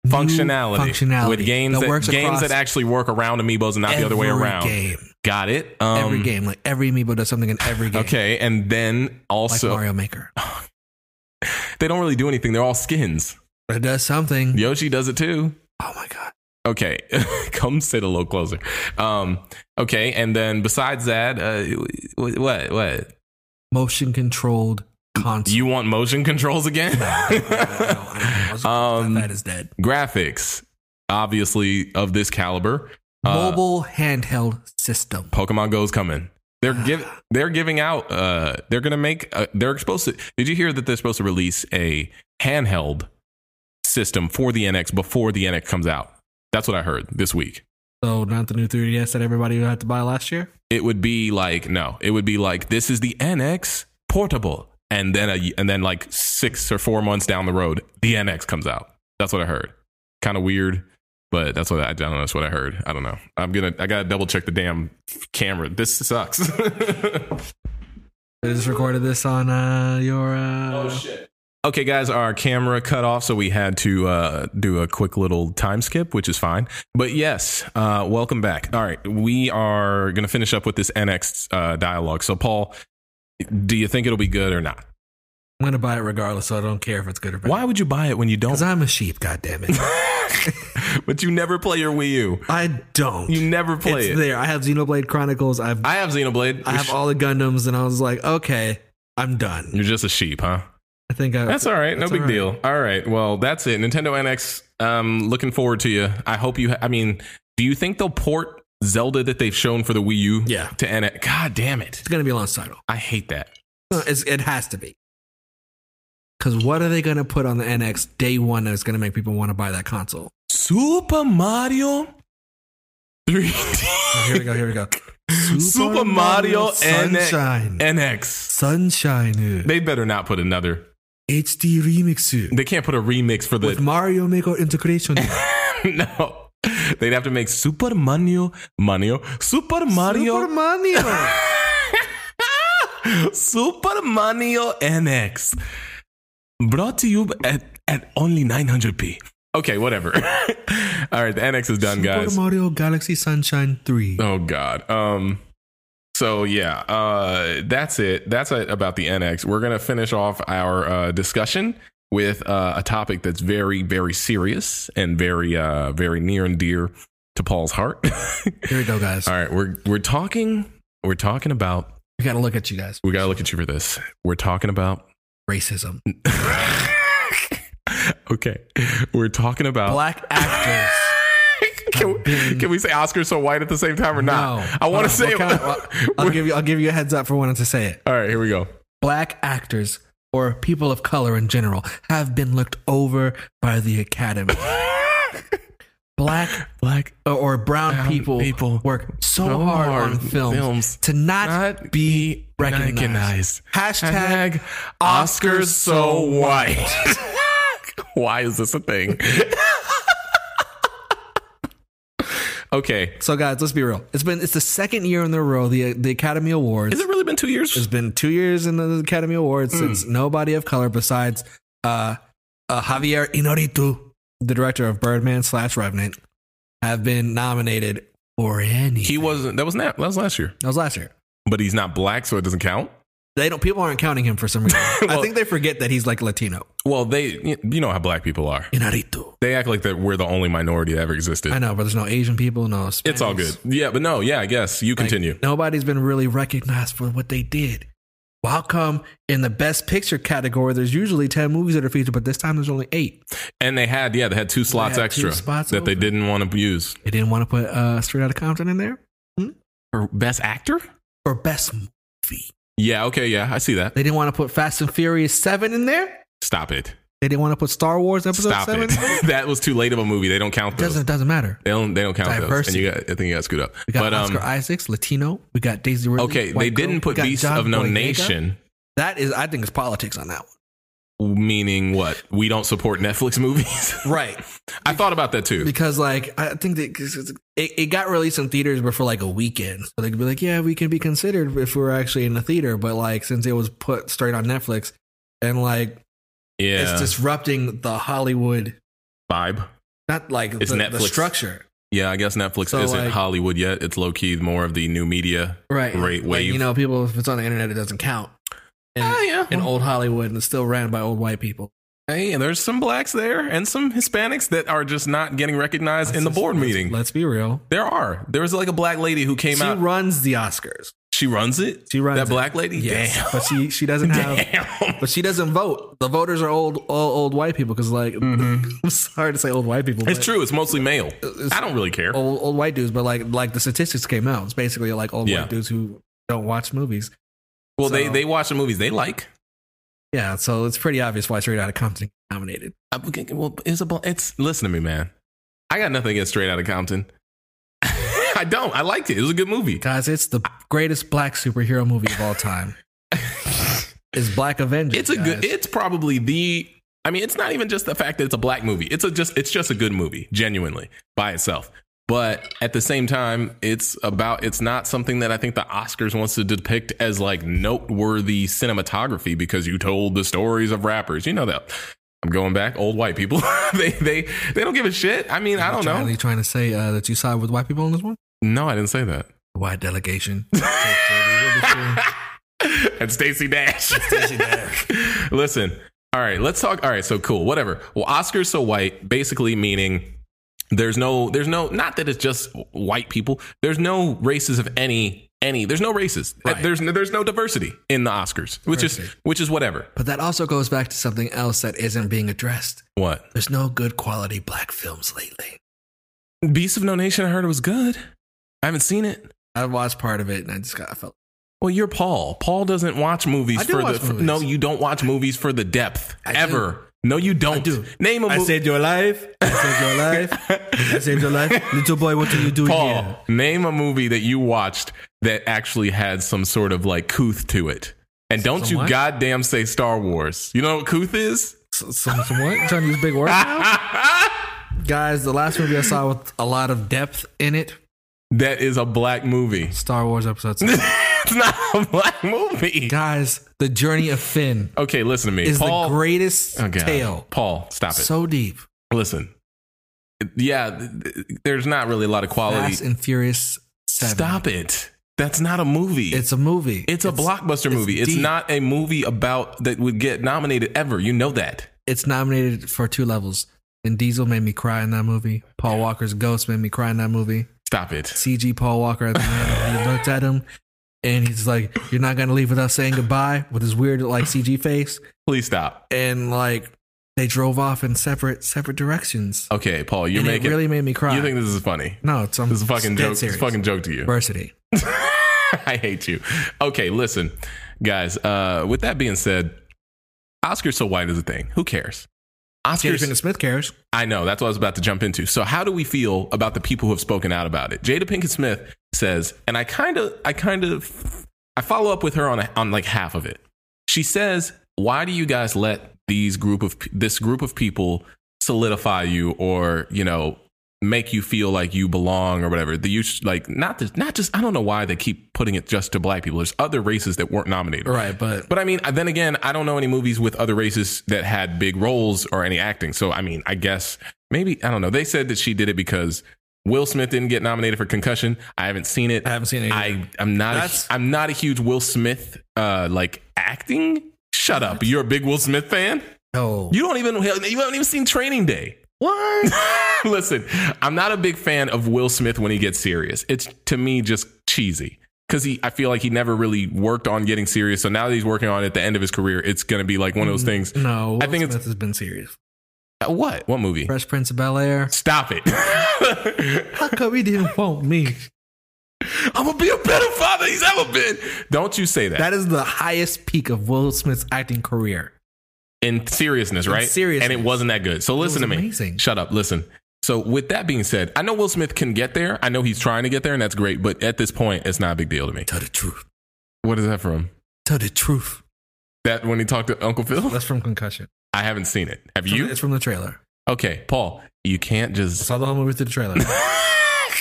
Speaker 2: new
Speaker 1: functionality,
Speaker 2: functionality
Speaker 1: with games that, games
Speaker 2: across
Speaker 1: that actually work around amiibos and not the other way
Speaker 2: every
Speaker 1: around.
Speaker 2: Game.
Speaker 1: Got it. Um,
Speaker 2: every game. Like every amiibo does something in every game.
Speaker 1: Okay, and then
Speaker 2: Like
Speaker 1: also
Speaker 2: Mario Maker.
Speaker 1: they don't really do anything. They're all skins.
Speaker 2: But it does something.
Speaker 1: Yoshi does it too.
Speaker 2: Oh my god.
Speaker 1: Okay, come sit a little closer. Um, okay, and then besides that, uh, wh- what what
Speaker 2: Motion controlled console.
Speaker 1: you want motion controls again?
Speaker 2: um,
Speaker 1: um,
Speaker 2: that is dead.
Speaker 1: graphics, obviously of this caliber. Uh,
Speaker 2: Mobile handheld system.
Speaker 1: Pokemon Go's coming. They're give they're giving out. Uh, they're gonna make. Uh, they're supposed to. Did you hear that they're supposed to release a handheld system for the NX before the NX comes out? That's what I heard this week.
Speaker 2: So not the new 3DS that everybody had to buy last year.
Speaker 1: It would be like no. It would be like this is the NX portable, and then a, and then like six or four months down the road, the NX comes out. That's what I heard. Kind of weird, but that's what I, I don't know. That's what I heard. I don't know. I'm gonna. I gotta double check the damn camera. This sucks.
Speaker 2: I just recorded this on uh, your. Uh,
Speaker 1: shit. Okay, guys, our camera cut off, so we had to uh, do a quick little time skip, which is fine. But yes, uh, welcome back. All right, we are going to finish up with this NX uh, dialogue. So, Paul, do you think it'll be good or not?
Speaker 2: I'm gonna buy it regardless, so I don't care if it's good or bad.
Speaker 1: Why would you buy it when you don't?
Speaker 2: Because I'm a sheep. God damn it.
Speaker 1: but you never play your Wii U.
Speaker 2: I don't.
Speaker 1: You never play
Speaker 2: it's
Speaker 1: it.
Speaker 2: there. I have Xenoblade Chronicles. I've
Speaker 1: I have Xenoblade.
Speaker 2: I have all the Gundams, and I was like, okay, I'm done.
Speaker 1: You're just a sheep, huh?
Speaker 2: I think I,
Speaker 1: That's all right. No
Speaker 2: That's
Speaker 1: big
Speaker 2: all right.
Speaker 1: deal. All right. Well, that's it. Nintendo NX. Um, looking forward to you. I hope you. Ha- I mean, do you think they'll port Zelda that they've shown for the Wii U
Speaker 2: Yeah.
Speaker 1: to NX? God damn it!
Speaker 2: It's gonna be a launch title.
Speaker 1: I hate that.
Speaker 2: No, It's, it has to be. Because what are they gonna put on the NX day one that's gonna make people want to buy that console?
Speaker 1: Super Mario 3D
Speaker 2: Oh, Here we go. Here we go.
Speaker 1: Super Mario and-
Speaker 2: Sunshine.
Speaker 1: NX.
Speaker 2: Sunshine.
Speaker 1: They better not put another.
Speaker 2: HD remix
Speaker 1: They can't put a remix for
Speaker 2: with
Speaker 1: the.
Speaker 2: Mario Maker integration.
Speaker 1: no, they'd have to make Super Mario Mario Super Mario
Speaker 2: Super Mario.
Speaker 1: Super Mario NX. Brought to you at, at only 900p. Okay, whatever. All right, the NX is done, guys.
Speaker 2: Super Mario Galaxy Sunshine Three.
Speaker 1: Oh god. Um so yeah, uh that's it. That's it about the NX. We're going to finish off our uh discussion with uh, a topic that's very very serious and very uh very near and dear to Paul's heart.
Speaker 2: Here we go, guys.
Speaker 1: All right, we're we're talking we're talking about
Speaker 2: We gotta look at you guys.
Speaker 1: we got to look at you for this. We're talking about
Speaker 2: Racism.
Speaker 1: Oh. okay. We're talking about.
Speaker 2: Black actors.
Speaker 1: can, we, can we say Oscar so white at the same time or not?
Speaker 2: No.
Speaker 1: I want
Speaker 2: Hold on,
Speaker 1: to say.
Speaker 2: what kind of- I'll give you. I'll give you a heads up for wanting to say it.
Speaker 1: All right, here we go.
Speaker 2: Black actors or people of color in general have been looked over by the academy. Black
Speaker 1: Black
Speaker 2: or, or brown,
Speaker 1: Brown
Speaker 2: people,
Speaker 1: people
Speaker 2: work so hard, on films, to not, be recognized. Hashtag
Speaker 1: Oscar
Speaker 2: Oscars
Speaker 1: so
Speaker 2: so
Speaker 1: white. Why is this a thing? okay.
Speaker 2: So, guys, let's be real. It's been it's the second year in a row the the Academy Awards.
Speaker 1: Has it really been two years?
Speaker 2: It's been two years in the Academy Awards
Speaker 1: Mm.
Speaker 2: since nobody of color besides uh, uh, Javier Inarritu, the director of Birdman slash Revenant, have been nominated for any.
Speaker 1: He wasn't. That was not. That was last year.
Speaker 2: that was last year.
Speaker 1: But he's not black, so it doesn't count.
Speaker 2: They don't. People aren't counting him for some reason.
Speaker 1: Well-
Speaker 2: I think they forget that he's like Latino.
Speaker 1: Well, they. You know how black people are.
Speaker 2: Inarritu.
Speaker 1: They act like that we're the only minority that ever existed.
Speaker 2: I know, but there's no Asian people, no. Spanish.
Speaker 1: It's all good. Yeah, but no. Yeah, I guess you
Speaker 2: Like,
Speaker 1: continue.
Speaker 2: nobody's been really recognized for what they did. well, how come in the best picture category, there's usually 10 movies that are featured, but this time there's only eight?
Speaker 1: And they had, yeah, they had two slots
Speaker 2: had two
Speaker 1: extra
Speaker 2: spots
Speaker 1: that they
Speaker 2: open.
Speaker 1: didn't want to use.
Speaker 2: They didn't want to put uh, Straight Outta Compton in there
Speaker 1: Or best actor?
Speaker 2: for best movie.
Speaker 1: Yeah, okay, yeah, I see that.
Speaker 2: They didn't want to put Fast and Furious 7 in there.
Speaker 1: Stop it.
Speaker 2: They didn't want to put Star Wars Episode
Speaker 1: Stop
Speaker 2: 7
Speaker 1: it.
Speaker 2: in there.
Speaker 1: that was too late of a movie. They don't count
Speaker 2: It
Speaker 1: those.
Speaker 2: doesn't, doesn't matter.
Speaker 1: They don't. They don't count those. And
Speaker 2: Diversity.
Speaker 1: you got. I think you got screwed up.
Speaker 2: We got
Speaker 1: but um,
Speaker 2: Oscar Isaacs, Latino. We got Daisy Ridley.
Speaker 1: okay, they
Speaker 2: white girl.
Speaker 1: didn't put
Speaker 2: We got
Speaker 1: Beast
Speaker 2: John
Speaker 1: of No
Speaker 2: Boyega.
Speaker 1: Nation,
Speaker 2: That is, I think, it's politics on that
Speaker 1: meaning what? We don't support Netflix movies.
Speaker 2: one. Right.
Speaker 1: I thought about that too.
Speaker 2: because like I think that 'cause it's- it, it got released in theaters, but for like a weekend, so they could be like, yeah, we can be considered if we were actually in the theater. But like since it was put straight on Netflix, and like
Speaker 1: Yeah,
Speaker 2: it's disrupting the Hollywood,
Speaker 1: vibe.
Speaker 2: not like
Speaker 1: It's
Speaker 2: the, the
Speaker 1: Netflix.
Speaker 2: structure,
Speaker 1: Yeah, I guess Netflix
Speaker 2: So,
Speaker 1: isn't
Speaker 2: like-
Speaker 1: Hollywood yet. It's low key more of the new media.
Speaker 2: right?
Speaker 1: Great
Speaker 2: Like,
Speaker 1: wave.
Speaker 2: you know, people if it's on the internet, it doesn't count. And,
Speaker 1: Ah, yeah.
Speaker 2: and old Hollywood, and it's still ran by old white people.
Speaker 1: hey, and there's some blacks there and some Hispanics that are just not getting recognized in the
Speaker 2: Let's just-
Speaker 1: board
Speaker 2: let's-
Speaker 1: meeting.
Speaker 2: Let's be real.
Speaker 1: There are. There was like a black lady who came
Speaker 2: She
Speaker 1: out.
Speaker 2: runs the Oscars.
Speaker 1: she runs it.
Speaker 2: She runs
Speaker 1: that
Speaker 2: it.
Speaker 1: black lady.
Speaker 2: Yes,
Speaker 1: Damn.
Speaker 2: but she she doesn't have.
Speaker 1: Damn.
Speaker 2: But she doesn't vote. The voters are old, all old white people. Because like, I'm sorry to say old white people.
Speaker 1: Mm-hmm. It's
Speaker 2: but
Speaker 1: true. It's mostly male. I don't really care.
Speaker 2: Old, old white dudes, but like, like the statistics came out. It's basically like old
Speaker 1: Yeah.
Speaker 2: white dudes who don't watch movies.
Speaker 1: Well, they,
Speaker 2: So-
Speaker 1: they watch the movies they like.
Speaker 2: Yeah, so it's pretty obvious why Straight Outta Compton got nominated.
Speaker 1: I'm thinking, Well, it's a bl- it's listen to me, man. I got nothing against Straight Outta Compton. I don't. I liked it. It was a good movie.
Speaker 2: Guys, it's the greatest black superhero movie of all time. it's Black Avengers.
Speaker 1: It's a good.
Speaker 2: guys.
Speaker 1: It's probably the. I mean, it's not even just the fact that it's a black movie. It's a just. It's just a good movie, genuinely by itself. But at the same time, it's about. It's not something that I think the Oscars wants to depict as like noteworthy cinematography because you told the stories of rappers. You know that. I'm going back. Old white people. they they they don't give a shit. I mean, I don't
Speaker 2: Charlie,
Speaker 1: know.
Speaker 2: you trying to say uh, that you side with white people on this one?
Speaker 1: No, I didn't say that.
Speaker 2: The white delegation. Take Jodie Whittaker.
Speaker 1: and Stacey Dash. Listen, all right, let's talk. All right, so cool, whatever. Well, Oscars so white, basically meaning there's no, there's no, not that it's just white people. There's no races of any, any. There's no races.
Speaker 2: Right.
Speaker 1: There's no, there's no diversity in the Oscars, which is,
Speaker 2: Diversity.
Speaker 1: which is whatever.
Speaker 2: But that also goes back to something else that isn't being addressed.
Speaker 1: What?
Speaker 2: There's no good quality black films lately.
Speaker 1: Beast of No Nation. I heard it was good. I haven't seen it.
Speaker 2: I watched part of it and I just got I felt
Speaker 1: Well, you're Paul. Paul doesn't watch movies
Speaker 2: I do
Speaker 1: for
Speaker 2: watch
Speaker 1: the. for-
Speaker 2: movies.
Speaker 1: No, you don't watch movies for the depth
Speaker 2: I do.
Speaker 1: ever. No, you don't.
Speaker 2: do.
Speaker 1: Name a movie.
Speaker 2: your life. I saved your life. I saved your life. Little boy, what are you doing
Speaker 1: Paul, name a movie that you watched that actually had some sort of like couth to it. And don't
Speaker 2: Some
Speaker 1: you
Speaker 2: what?
Speaker 1: goddamn say Star Wars. You know what couth is?
Speaker 2: Some, some what? You trying to use big words now? Guys, the last movie I saw with a lot of depth in it,
Speaker 1: that is a black movie.
Speaker 2: Star Wars Episode 7.
Speaker 1: it's not a black movie.
Speaker 2: Guys, The Journey of Finn
Speaker 1: Okay, listen to me.
Speaker 2: is
Speaker 1: Paul,
Speaker 2: the greatest
Speaker 1: Oh, God.
Speaker 2: tale.
Speaker 1: Paul, stop it.
Speaker 2: So deep.
Speaker 1: listen. Yeah, th- th- there's not really a lot of
Speaker 2: Fast
Speaker 1: quality.
Speaker 2: and Furious 7.
Speaker 1: Stop it. That's not a movie.
Speaker 2: It's a movie.
Speaker 1: it's a blockbuster movie. It's
Speaker 2: deep.
Speaker 1: not a movie about that would get nominated ever. You know that.
Speaker 2: it's nominated for two levels. And Diesel made me cry in that movie. Paul Walker's Ghost made me cry in that movie.
Speaker 1: Stop it.
Speaker 2: CG Paul Walker at the end, he looked at him and he's like, You're not gonna leave without saying goodbye with his weird like CG face.
Speaker 1: Please stop.
Speaker 2: And like they drove off in separate separate directions.
Speaker 1: Okay, Paul, you're
Speaker 2: and
Speaker 1: making.
Speaker 2: it really made me cry.
Speaker 1: you think this is funny?
Speaker 2: no, it's um,
Speaker 1: This is a fucking
Speaker 2: it's dead
Speaker 1: joke. It's a
Speaker 2: serious.
Speaker 1: fucking joke to you.
Speaker 2: diversity.
Speaker 1: I hate you. Okay, listen, guys. Uh, with that being said, Oscars so white is a thing. Who cares?
Speaker 2: Jada
Speaker 1: Oscars.
Speaker 2: Pinkett Smith cares.
Speaker 1: I know. That's what I was about to jump into. So, how do we feel about the people who have spoken out about it? Jada Pinkett Smith says, and I kind of, I kind of, I follow up with her on a, on like half of it. She says, "Why do you guys let these group of this group of people solidify you, or you know, make you feel like you belong, or whatever? The you sh- like not this, not just. I don't know why they keep putting it just to black people. There's other races that weren't nominated,
Speaker 2: Right, but
Speaker 1: but I mean, then again, I don't know any movies with other races that had big roles or any acting. So I mean, I guess maybe I don't know. They said that she did it because Will Smith didn't get nominated for Concussion. I haven't seen it.
Speaker 2: I haven't seen it.
Speaker 1: I I'm not
Speaker 2: Uh, That's-
Speaker 1: a, I'm not a huge Will Smith uh like acting. Shut up! You're a big Will Smith fan.
Speaker 2: oh
Speaker 1: You don't even you haven't even seen Training Day.
Speaker 2: what?
Speaker 1: Listen, I'm not a big fan of Will Smith when he gets serious. It's to me just cheesy. because he, I feel like he never really worked on getting serious. So now that he's working on it at the end of his career, it's going to be like one
Speaker 2: Mm-hmm.
Speaker 1: of those things.
Speaker 2: No, Will
Speaker 1: I think it's-
Speaker 2: Smith has been serious.
Speaker 1: Uh, What? What movie?
Speaker 2: Fresh Prince of Bel Air.
Speaker 1: Stop it.
Speaker 2: How come he didn't want me?
Speaker 1: I'm going to be a better father he's ever been. Don't you say that.
Speaker 2: That is the highest peak of Will Smith's acting career.
Speaker 1: in seriousness,
Speaker 2: In
Speaker 1: right?
Speaker 2: seriousness.
Speaker 1: And it wasn't that good. So
Speaker 2: It
Speaker 1: listen to
Speaker 2: was
Speaker 1: me.
Speaker 2: amazing.
Speaker 1: Shut up. Listen. So with that being said, I know Will Smith can get there. I know he's trying to get there, and that's great. But at this point, it's not a big deal to me.
Speaker 2: Tell the truth.
Speaker 1: What is that from?
Speaker 2: Tell the truth.
Speaker 1: That when he talked to Uncle Phil?
Speaker 2: That's from Concussion.
Speaker 1: I haven't seen it. Have
Speaker 2: It's from-
Speaker 1: you?
Speaker 2: It's from the trailer.
Speaker 1: Okay, Paul. You can't
Speaker 2: I
Speaker 1: just
Speaker 2: saw the whole movie through the trailer.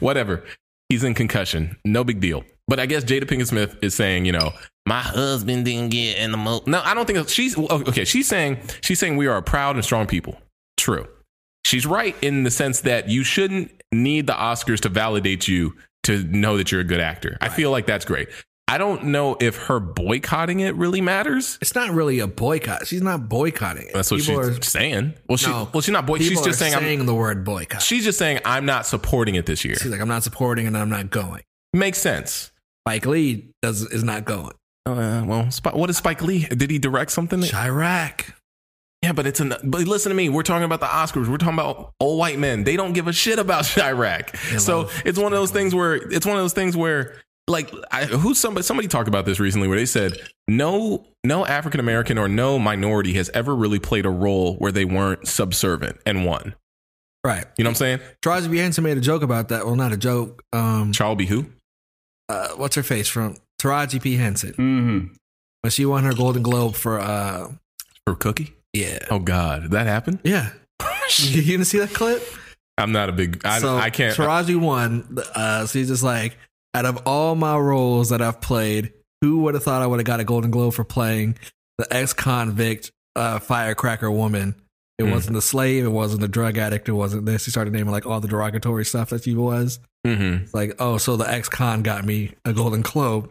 Speaker 1: whatever. He's in concussion. No big deal. But I guess Jada Pinkett Smith is saying, you know, my husband didn't get in the mo. No, I don't think she's okay. She's saying she's saying we are a proud and strong people. True. She's right in the sense that you shouldn't need the Oscars to validate you to know that you're a good actor. I feel like that's great. I don't know if her boycotting it really matters.
Speaker 2: it's not really a boycott. She's not boycotting it.
Speaker 1: That's what
Speaker 2: People
Speaker 1: she's
Speaker 2: are-
Speaker 1: saying. Well, she
Speaker 2: No.
Speaker 1: well she's not boy.
Speaker 2: people
Speaker 1: She's just
Speaker 2: are
Speaker 1: saying, I'm,
Speaker 2: the word boycott.
Speaker 1: she's just saying I'm not supporting it this year.
Speaker 2: She's like, I'm not supporting and I'm not going.
Speaker 1: Makes sense.
Speaker 2: Spike Lee does is not going.
Speaker 1: Uh, well, Sp- what is Spike Lee? Did he direct something?
Speaker 2: Chirac.
Speaker 1: Yeah, but it's an. But listen to me. We're talking about the Oscars. We're talking about old white men. They don't give a shit about Chirac.
Speaker 2: They
Speaker 1: so
Speaker 2: love
Speaker 1: it's one of those
Speaker 2: Spike Lee.
Speaker 1: things where it's one of those things where like I, who somebody somebody talked about this recently where they said no no African American or no minority has ever really played a role where they weren't subservient and won.
Speaker 2: Right.
Speaker 1: You know what I'm saying?
Speaker 2: Charles B. Henson made a joke about that. Well, not a joke. Um,
Speaker 1: Charles B. Who?
Speaker 2: uh, what's her face from Taraji P. Henson
Speaker 1: Mm-hmm.
Speaker 2: when she won her Golden Globe for uh,
Speaker 1: For Cookie?
Speaker 2: yeah,
Speaker 1: Oh God, that happened.
Speaker 2: yeah. you didn't see that clip?
Speaker 1: I'm not a big. I, I can't.
Speaker 2: Taraji won. Uh, so he's just like, out of all my roles that I've played, who would have thought I would have got a Golden Globe for playing the ex-convict uh, firecracker woman? It
Speaker 1: Mhm.
Speaker 2: wasn't the slave. It wasn't the drug addict. It wasn't this. He started naming like all the derogatory stuff that she was.
Speaker 1: Mhm.
Speaker 2: It's like, oh, so the ex-con got me a Golden Globe.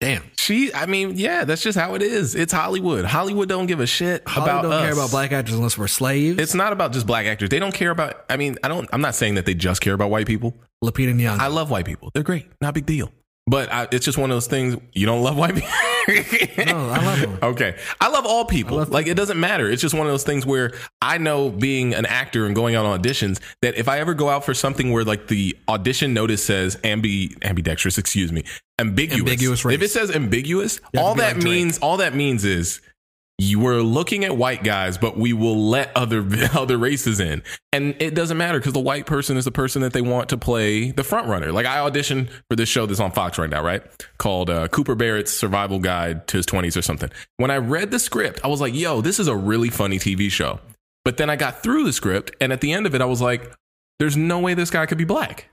Speaker 2: Damn.
Speaker 1: She, I mean, yeah, that's just how it is. It's Hollywood. Hollywood don't give a shit
Speaker 2: Hollywood
Speaker 1: about
Speaker 2: don't
Speaker 1: us.
Speaker 2: care about black actors unless we're slaves.
Speaker 1: It's not about just black actors. They don't care about. I mean, I don't. I'm not saying that they just care about white people.
Speaker 2: Lupita Nyong'o.
Speaker 1: I love white people. They're great. Not a big deal. But I, it's just one of those things. You don't love white people.
Speaker 2: No, Oh, I love 'em.
Speaker 1: Okay, I love all people.
Speaker 2: I love
Speaker 1: like it doesn't matter. It's just one of those things where I know being an actor and going out on auditions that if I ever go out for something where like the audition notice says ambi ambidextrous, excuse me, ambiguous.
Speaker 2: Ambiguous race.
Speaker 1: If it says ambiguous,
Speaker 2: You have
Speaker 1: all
Speaker 2: to be
Speaker 1: that
Speaker 2: like Drake.
Speaker 1: means all that means is you were looking at white guys, but we will let other other races in, and it doesn't matter because the white person is the person that they want to play the front runner. Like I auditioned for this show that's on Fox right now, right? Called uh, Cooper Barrett's Survival Guide to His Twenties or something. When I read the script, I was like, "Yo, this is a really funny TV show." But then I got through the script, and at the end of it, I was like, "There's no way this guy could be black."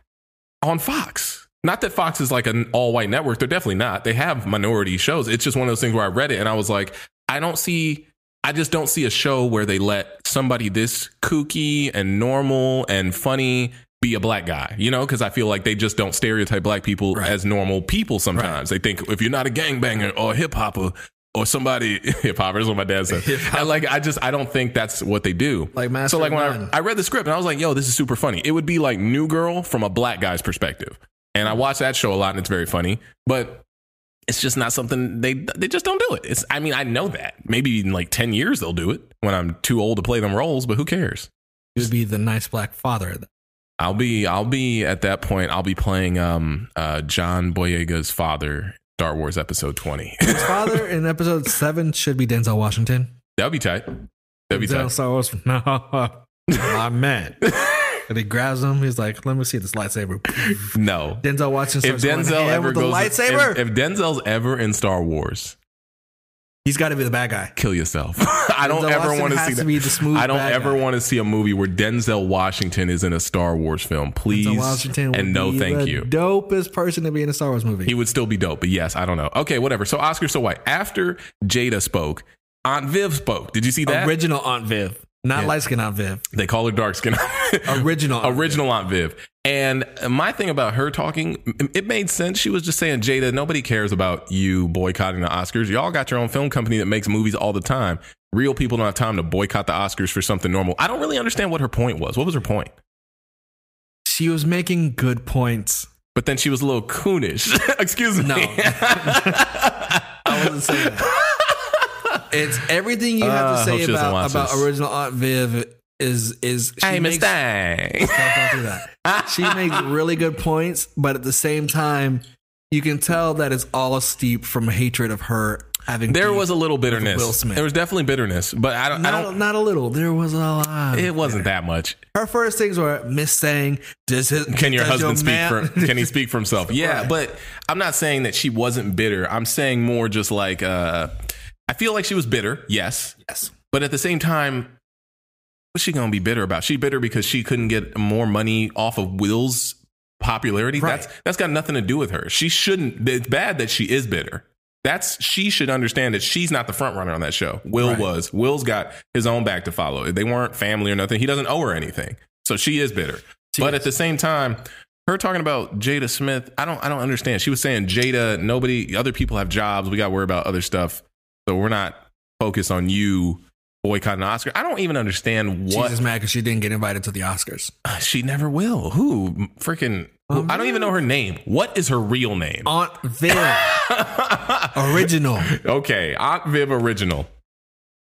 Speaker 1: on Fox. Not that Fox is like an all white network. They're definitely not. They have minority shows. It's just one of those things where I read it and I was like, I don't see, I just don't see a show where they let somebody this kooky and normal and funny be a black guy, you know? Cause I feel like they just don't stereotype black people
Speaker 2: Right.
Speaker 1: as normal people sometimes. They think if you're not a gangbanger or a hip hopper or somebody, hip hopper is what my dad said.
Speaker 2: Hip-hop.
Speaker 1: And like, I just, I don't think that's what they do
Speaker 2: like Master
Speaker 1: so like
Speaker 2: of
Speaker 1: when
Speaker 2: None.
Speaker 1: I, I read the script and I was like, yo, this is super funny. It would be like New Girl from a black guy's perspective. And I watch that show a lot and it's very funny, but it's just not something they they just don't do it. It's I mean, I know that. Maybe in like 10 years they'll do it when I'm too old to play them roles, but who cares?
Speaker 2: you would be the nice black father.
Speaker 1: I'll be I'll be at that point, I'll be playing um uh John Boyega's father, Star Wars episode 20.
Speaker 2: His father in episode seven should be Denzel Washington.
Speaker 1: That'd be tight. That'd be
Speaker 2: Denzel
Speaker 1: tight.
Speaker 2: Star Wars. No, my man. And he grabs him. He's like, "Let me see this lightsaber."
Speaker 1: No.
Speaker 2: Denzel Washington
Speaker 1: If
Speaker 2: starts going
Speaker 1: Denzel
Speaker 2: ham
Speaker 1: ever
Speaker 2: with the
Speaker 1: goes
Speaker 2: lightsaber,
Speaker 1: if- if Denzel's ever in Star Wars,
Speaker 2: he's got to be the bad guy.
Speaker 1: kill yourself. I don't
Speaker 2: Denzel
Speaker 1: ever
Speaker 2: Washington
Speaker 1: want to
Speaker 2: has
Speaker 1: see
Speaker 2: to be
Speaker 1: that.
Speaker 2: the smooth
Speaker 1: I don't
Speaker 2: bad
Speaker 1: ever
Speaker 2: guy.
Speaker 1: want to see a movie where Denzel Washington is in a Star Wars film. Please
Speaker 2: Denzel Washington would
Speaker 1: and no,
Speaker 2: be
Speaker 1: thank
Speaker 2: the
Speaker 1: you.
Speaker 2: Dopest person to be in a Star Wars movie.
Speaker 1: He would still be dope, but yes, I don't know. Okay, whatever. So Oscar so white. After Jada spoke, Aunt Viv spoke. Did you see that?
Speaker 2: Original Aunt Viv, not
Speaker 1: Yeah.
Speaker 2: light skin Aunt Viv.
Speaker 1: they call her dark skin.
Speaker 2: Original. Aunt
Speaker 1: Original Aunt Viv. And my thing about her talking, m- it made sense. She was just saying, Jada, nobody cares about you boycotting the Oscars. Y'all got your own film company that makes movies all the time. Real people don't have time to boycott the Oscars for something normal. I don't really understand what her point was. What was her point?
Speaker 2: Viv. She was making good points.
Speaker 1: But then she was a little coonish. Excuse me.
Speaker 2: No. I wasn't saying that. It's everything you have
Speaker 1: Uh,
Speaker 2: to
Speaker 1: I hope
Speaker 2: say
Speaker 1: she doesn't
Speaker 2: about
Speaker 1: watch
Speaker 2: about
Speaker 1: this.
Speaker 2: original Aunt Viv is is she
Speaker 1: Hey, Miss
Speaker 2: makes-
Speaker 1: Dang.
Speaker 2: No, don't do that. She makes really good points, but at the same time, you can tell that it's all steeped from hatred of her having.
Speaker 1: There
Speaker 2: beef
Speaker 1: was a little bitterness.
Speaker 2: Will Smith.
Speaker 1: There was definitely bitterness, but I don't.
Speaker 2: not,
Speaker 1: I don't.
Speaker 2: not a little. There was a lot.
Speaker 1: It wasn't that much.
Speaker 2: her first things were Miss saying, "Does his
Speaker 1: Can your
Speaker 2: does
Speaker 1: husband speak
Speaker 2: man-"
Speaker 1: for? Can he speak for himself? Yeah,
Speaker 2: Right.
Speaker 1: but I'm not saying that she wasn't bitter. I'm saying more just like uh, I feel like she was bitter. Yes,
Speaker 2: yes.
Speaker 1: But at the same time, what's she gonna be bitter about? She bitter because she couldn't get more money off of Will's popularity.
Speaker 2: Right.
Speaker 1: That's that's got nothing to do with her. She shouldn't. It's bad that she is bitter. That's she should understand that she's not the front runner on that show. Will
Speaker 2: Right.
Speaker 1: was. Will's got his own back to follow. They weren't family or nothing. He doesn't owe her anything. So she is bitter.
Speaker 2: She
Speaker 1: but
Speaker 2: is.
Speaker 1: at the same time, her talking about Jada Smith, I don't I don't understand. She was saying Jada, nobody other people have jobs. We gotta worry about other stuff. So we're not focused on you boycotting the Oscar. I don't even understand
Speaker 2: She's
Speaker 1: what
Speaker 2: just mad because she didn't get invited to the Oscars.
Speaker 1: she never will. Who freaking
Speaker 2: Oh,
Speaker 1: I don't even know her name. What is her real name?
Speaker 2: Aunt Viv, original
Speaker 1: okay, Aunt Viv original.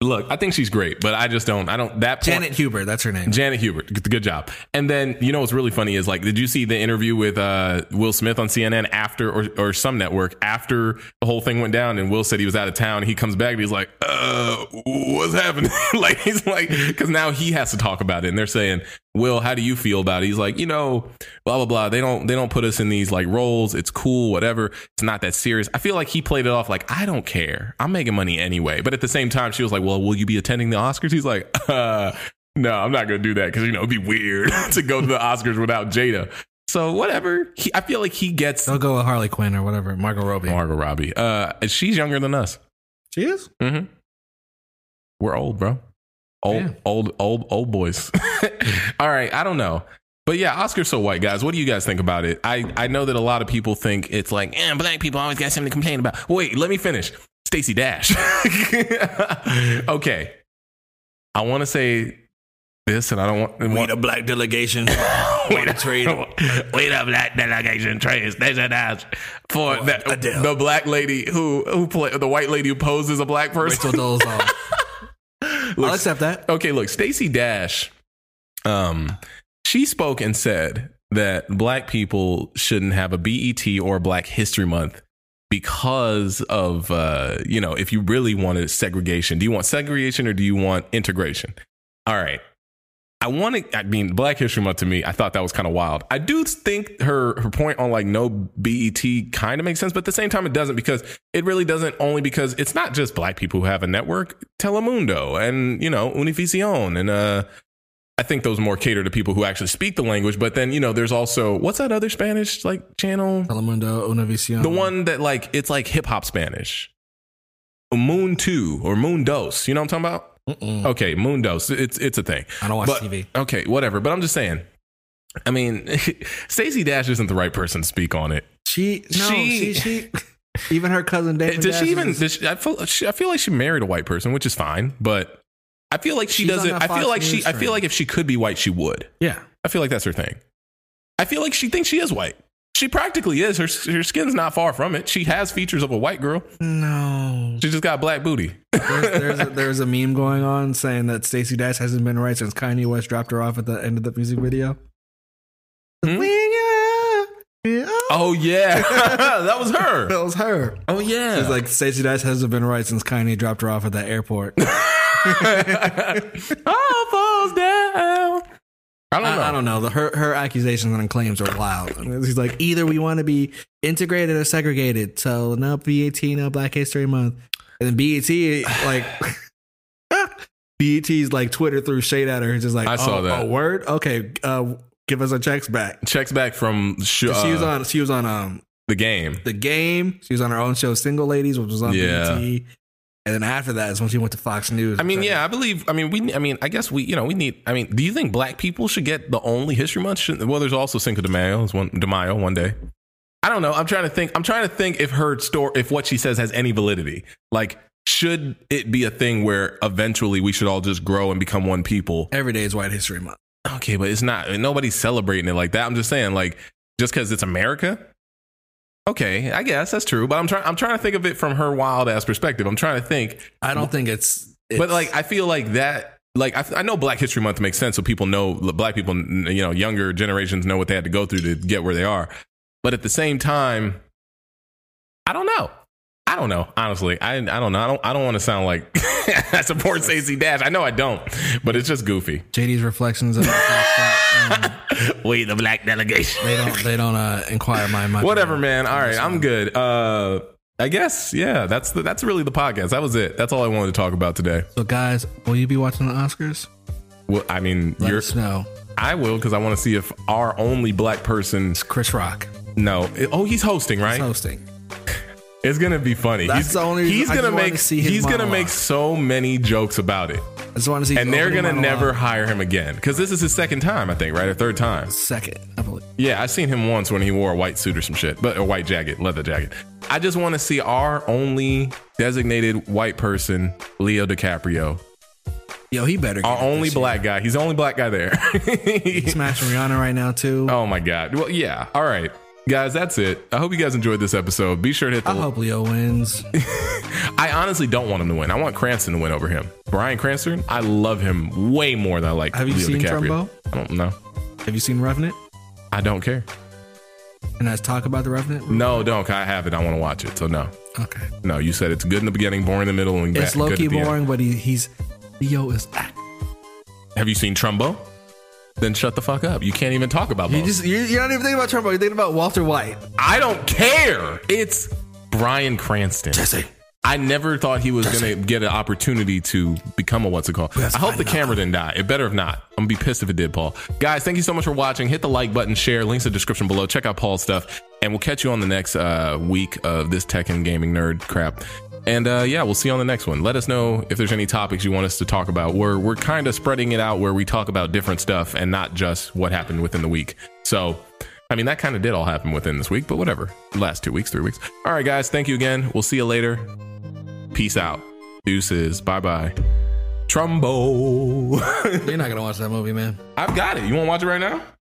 Speaker 1: Look, I think she's great, but I just don't I don't that point,
Speaker 2: Janet Huber. That's her name.
Speaker 1: Janet Hubert, good good job. And then you know what's really funny is like, did you see the interview with uh, Will Smith on CNN after or, or some network after the whole thing went down? And Will said he was out of town. He comes back and he's like, uh, "What's happening?" like he's like, because now he has to talk about it. And they're saying, "Will, how do you feel about it?" He's like, "You know, blah blah blah. They don't they don't put us in these like roles. It's cool, whatever. It's not that serious." I feel like he played it off like, "I don't care. I'm making money anyway." But at the same time, she was like, "Well, will you be attending the Oscars?" He's like, "Uh." no, I'm not going to do that because, you know, it'd be weird to go to the Oscars without Jada. So, whatever. He, I feel like he gets
Speaker 2: They'll go with Harley Quinn or whatever. Margot Robbie.
Speaker 1: Margot Robbie. Uh, she's younger than us.
Speaker 2: she is.
Speaker 1: Mm-hmm. We're old, bro. Old,
Speaker 2: Yeah.
Speaker 1: old, old, old boys. All right. I don't know. But yeah, Oscar's so white, guys. What do you guys think about it? I, I know that a lot of people think it's like, eh, black people always got something to complain about. Wait, let me finish. Stacey Dash. okay. I want to say this, and I don't want. want
Speaker 2: a black delegation.
Speaker 1: Wait
Speaker 2: a trade.
Speaker 1: Wait up, black delegation trades. There's an ass for
Speaker 2: For
Speaker 1: the,
Speaker 2: Adele.
Speaker 1: the black lady who who play, the white lady who poses a black
Speaker 2: Rachel
Speaker 1: person.
Speaker 2: Dolezal. I'll
Speaker 1: Look,
Speaker 2: accept that.
Speaker 1: okay, look, Stacey Dash, um, she spoke and said that black people shouldn't have a BET or a Black History Month because of uh, you know, if you really wanted segregation, do you want segregation or do you want integration? All right. I want to. I mean, Black History Month to me, I thought that was kind of wild. I do think her her point on like no BET kind of makes sense, but at the same time, it doesn't because it really doesn't. Only because it's not just Black people who have a network, Telemundo and you know Univision, and uh, I think those more cater to people who actually speak the language. But then you know, there's also what's that other Spanish like channel?
Speaker 2: Telemundo, Univision.
Speaker 1: The one that like it's like hip hop Spanish, Moon Two or Moon Dos. You know what I'm talking about?
Speaker 2: Mm-mm.
Speaker 1: Okay, Moon Dos. It's it's a thing.
Speaker 2: I don't watch
Speaker 1: Oh, But-
Speaker 2: TV.
Speaker 1: Okay, whatever. But I'm just saying. I mean, Stacey Dash isn't the right person to speak on it.
Speaker 2: She, no,
Speaker 1: She-
Speaker 2: she, she, even her cousin David.
Speaker 1: Eh, Does she
Speaker 2: Dash
Speaker 1: even?
Speaker 2: is-
Speaker 1: Does she, I feel. She, I feel like she married a white person, which is fine. But I feel like she
Speaker 2: She's on
Speaker 1: doesn't.
Speaker 2: that
Speaker 1: I feel
Speaker 2: Fox
Speaker 1: like she.
Speaker 2: News
Speaker 1: I feel
Speaker 2: train.
Speaker 1: like if she could be white, she would.
Speaker 2: yeah,
Speaker 1: I feel like that's her thing. I feel like she thinks she is white. She practically is. Her her skin's not far from it. She has features of a white girl.
Speaker 2: no.
Speaker 1: She just got black booty.
Speaker 2: There's, there's, a, there's a meme going on saying that Stacey Dash hasn't been right since Kanye West dropped her off at the end of the music video.
Speaker 1: Hmm?
Speaker 2: When you- yeah.
Speaker 1: Oh yeah, that was her.
Speaker 2: That was her.
Speaker 1: Oh yeah.
Speaker 2: It's like Stacey Dash hasn't been right since Kanye dropped her off at the airport. I
Speaker 1: All falls down. I don't know.
Speaker 2: I don't know. The, her her accusations and claims are wild. She's like, either we want to be integrated or segregated. So no BET, no Black History Month, and then BET like BET's like Twitter threw shade at her. It's Just like
Speaker 1: I saw
Speaker 2: oh,
Speaker 1: that.
Speaker 2: Oh, word. Okay, uh, give us our checks back.
Speaker 1: Checks back from sh-
Speaker 2: 'Cause she was
Speaker 1: uh,
Speaker 2: on. She was on um
Speaker 1: the game.
Speaker 2: the game. She was on her own show, Single Ladies, which was on
Speaker 1: Yeah.
Speaker 2: BET. And then after that is when she went to Fox News.
Speaker 1: I mean,
Speaker 2: which
Speaker 1: yeah, I believe. I mean, we. I mean, I guess we. You know, we need. I mean, do you think Black people should get the only History Month? Shouldn't, well, there's also Cinco de Mayo. Is one de Mayo one day. I don't know. I'm trying to think. I'm trying to think if her store, if what she says has any validity. Like, should it be a thing where eventually we should all just grow and become one people?
Speaker 2: every day is White History Month.
Speaker 1: Okay, but it's not. Nobody's celebrating it like that. I'm just saying, like, just because it's America. Okay, I guess that's true. But I'm trying. I'm trying to think of it from her wild ass perspective. I'm trying to think.
Speaker 4: I don't think it's, it's
Speaker 1: but like, I feel like that. Like I, I know Black History Month makes sense, so people know Black people, you know, younger generations know what they had to go through to get where they are. But at the same time, I don't know. I don't know. Honestly, I I don't know. I don't I don't want to sound like I support Stacey Dash. I know I don't, but it's just goofy.
Speaker 2: JD's reflections of um,
Speaker 1: We the black delegation.
Speaker 2: they don't they don't uh, inquire my mind.
Speaker 1: Whatever, man. All right, I'm good. Uh, I guess yeah. That's the, that's really the podcast. That was it. That's all I wanted to talk about today.
Speaker 2: So guys, will you be watching the Oscars?
Speaker 1: Well, I mean,
Speaker 2: Let
Speaker 1: you're,
Speaker 2: us know.
Speaker 1: I will because I want to see if our only black person.
Speaker 2: It's Chris Rock
Speaker 1: No, oh, he's hosting, right?
Speaker 2: He's hosting.
Speaker 1: It's gonna be funny.
Speaker 2: That's
Speaker 1: he's
Speaker 2: the only reason-
Speaker 1: he's
Speaker 2: I
Speaker 1: gonna
Speaker 2: just wanna
Speaker 1: make
Speaker 2: see his
Speaker 1: he's gonna
Speaker 2: monologue.
Speaker 1: make so many jokes about it,
Speaker 2: I just want to see.
Speaker 1: and
Speaker 2: the
Speaker 1: they're
Speaker 2: opening
Speaker 1: gonna
Speaker 2: monologue.
Speaker 1: never hire him again because this is his second time, I think, right, or third time.
Speaker 2: second. I believe.
Speaker 1: Yeah, I seen him once when he wore a white suit or some shit, but a white jacket, leather jacket. I just want to see our only designated white person, Leo DiCaprio,
Speaker 2: Yo, he better.
Speaker 1: our
Speaker 2: get it
Speaker 1: only
Speaker 2: this year.
Speaker 1: black guy. He's the only black guy there.
Speaker 2: He's smashing Rihanna right now too.
Speaker 1: oh my god. Well, yeah. All right. Guys, that's it. I hope you guys enjoyed this episode. Be sure to hit the
Speaker 2: I hope Leo wins. Ah.
Speaker 1: I honestly don't want him to win. I want Cranston to win over him. Brian Cranston, I love him way more than I like.
Speaker 2: Have you
Speaker 1: Leo
Speaker 2: seen
Speaker 1: DiCaprio.
Speaker 2: Trumbo?
Speaker 1: I don't know.
Speaker 2: Have you seen Revenant?
Speaker 1: I don't care.
Speaker 2: And let's talk about the Revenant.
Speaker 1: No, don't. 'cause I have it. I want to watch it. So no,
Speaker 2: Okay.
Speaker 1: no. You said it's good in the beginning, boring in the middle, and
Speaker 2: It's
Speaker 1: bad-
Speaker 2: low
Speaker 1: good
Speaker 2: key
Speaker 1: at the end.
Speaker 2: boring, but he, he's Leo is. act-
Speaker 1: Have you seen Trumbo? Then shut the fuck up. You can't even talk about
Speaker 2: You
Speaker 1: both.
Speaker 2: just you're, you're not even thinking about Trumbo. You're thinking about Walter White.
Speaker 1: I don't care. It's Brian Cranston.
Speaker 2: Jesse.
Speaker 1: I never thought he was going to get an opportunity to become a what's it called. I hope the camera didn't die. It better if not. I'm going to be pissed if it did, Paul. Guys, thank you so much for watching. Hit the like button, share, links in the description below. Check out Paul's stuff. And we'll catch you on the next uh, week of this tech and gaming nerd crap. And uh, yeah, we'll see you on the next one. Let us know if there's any topics you want us to talk about. We're, we're kind of spreading it out where we talk about different stuff and not just what happened within the week. So, I mean, that kind of did all happen within this week, but whatever. Last two weeks, three weeks. All right, guys, thank you again. We'll see you later. Peace out. Deuces. Bye bye. Trumbo.
Speaker 2: You're not gonna watch that movie, man.
Speaker 1: I've got it. You want to watch it right now?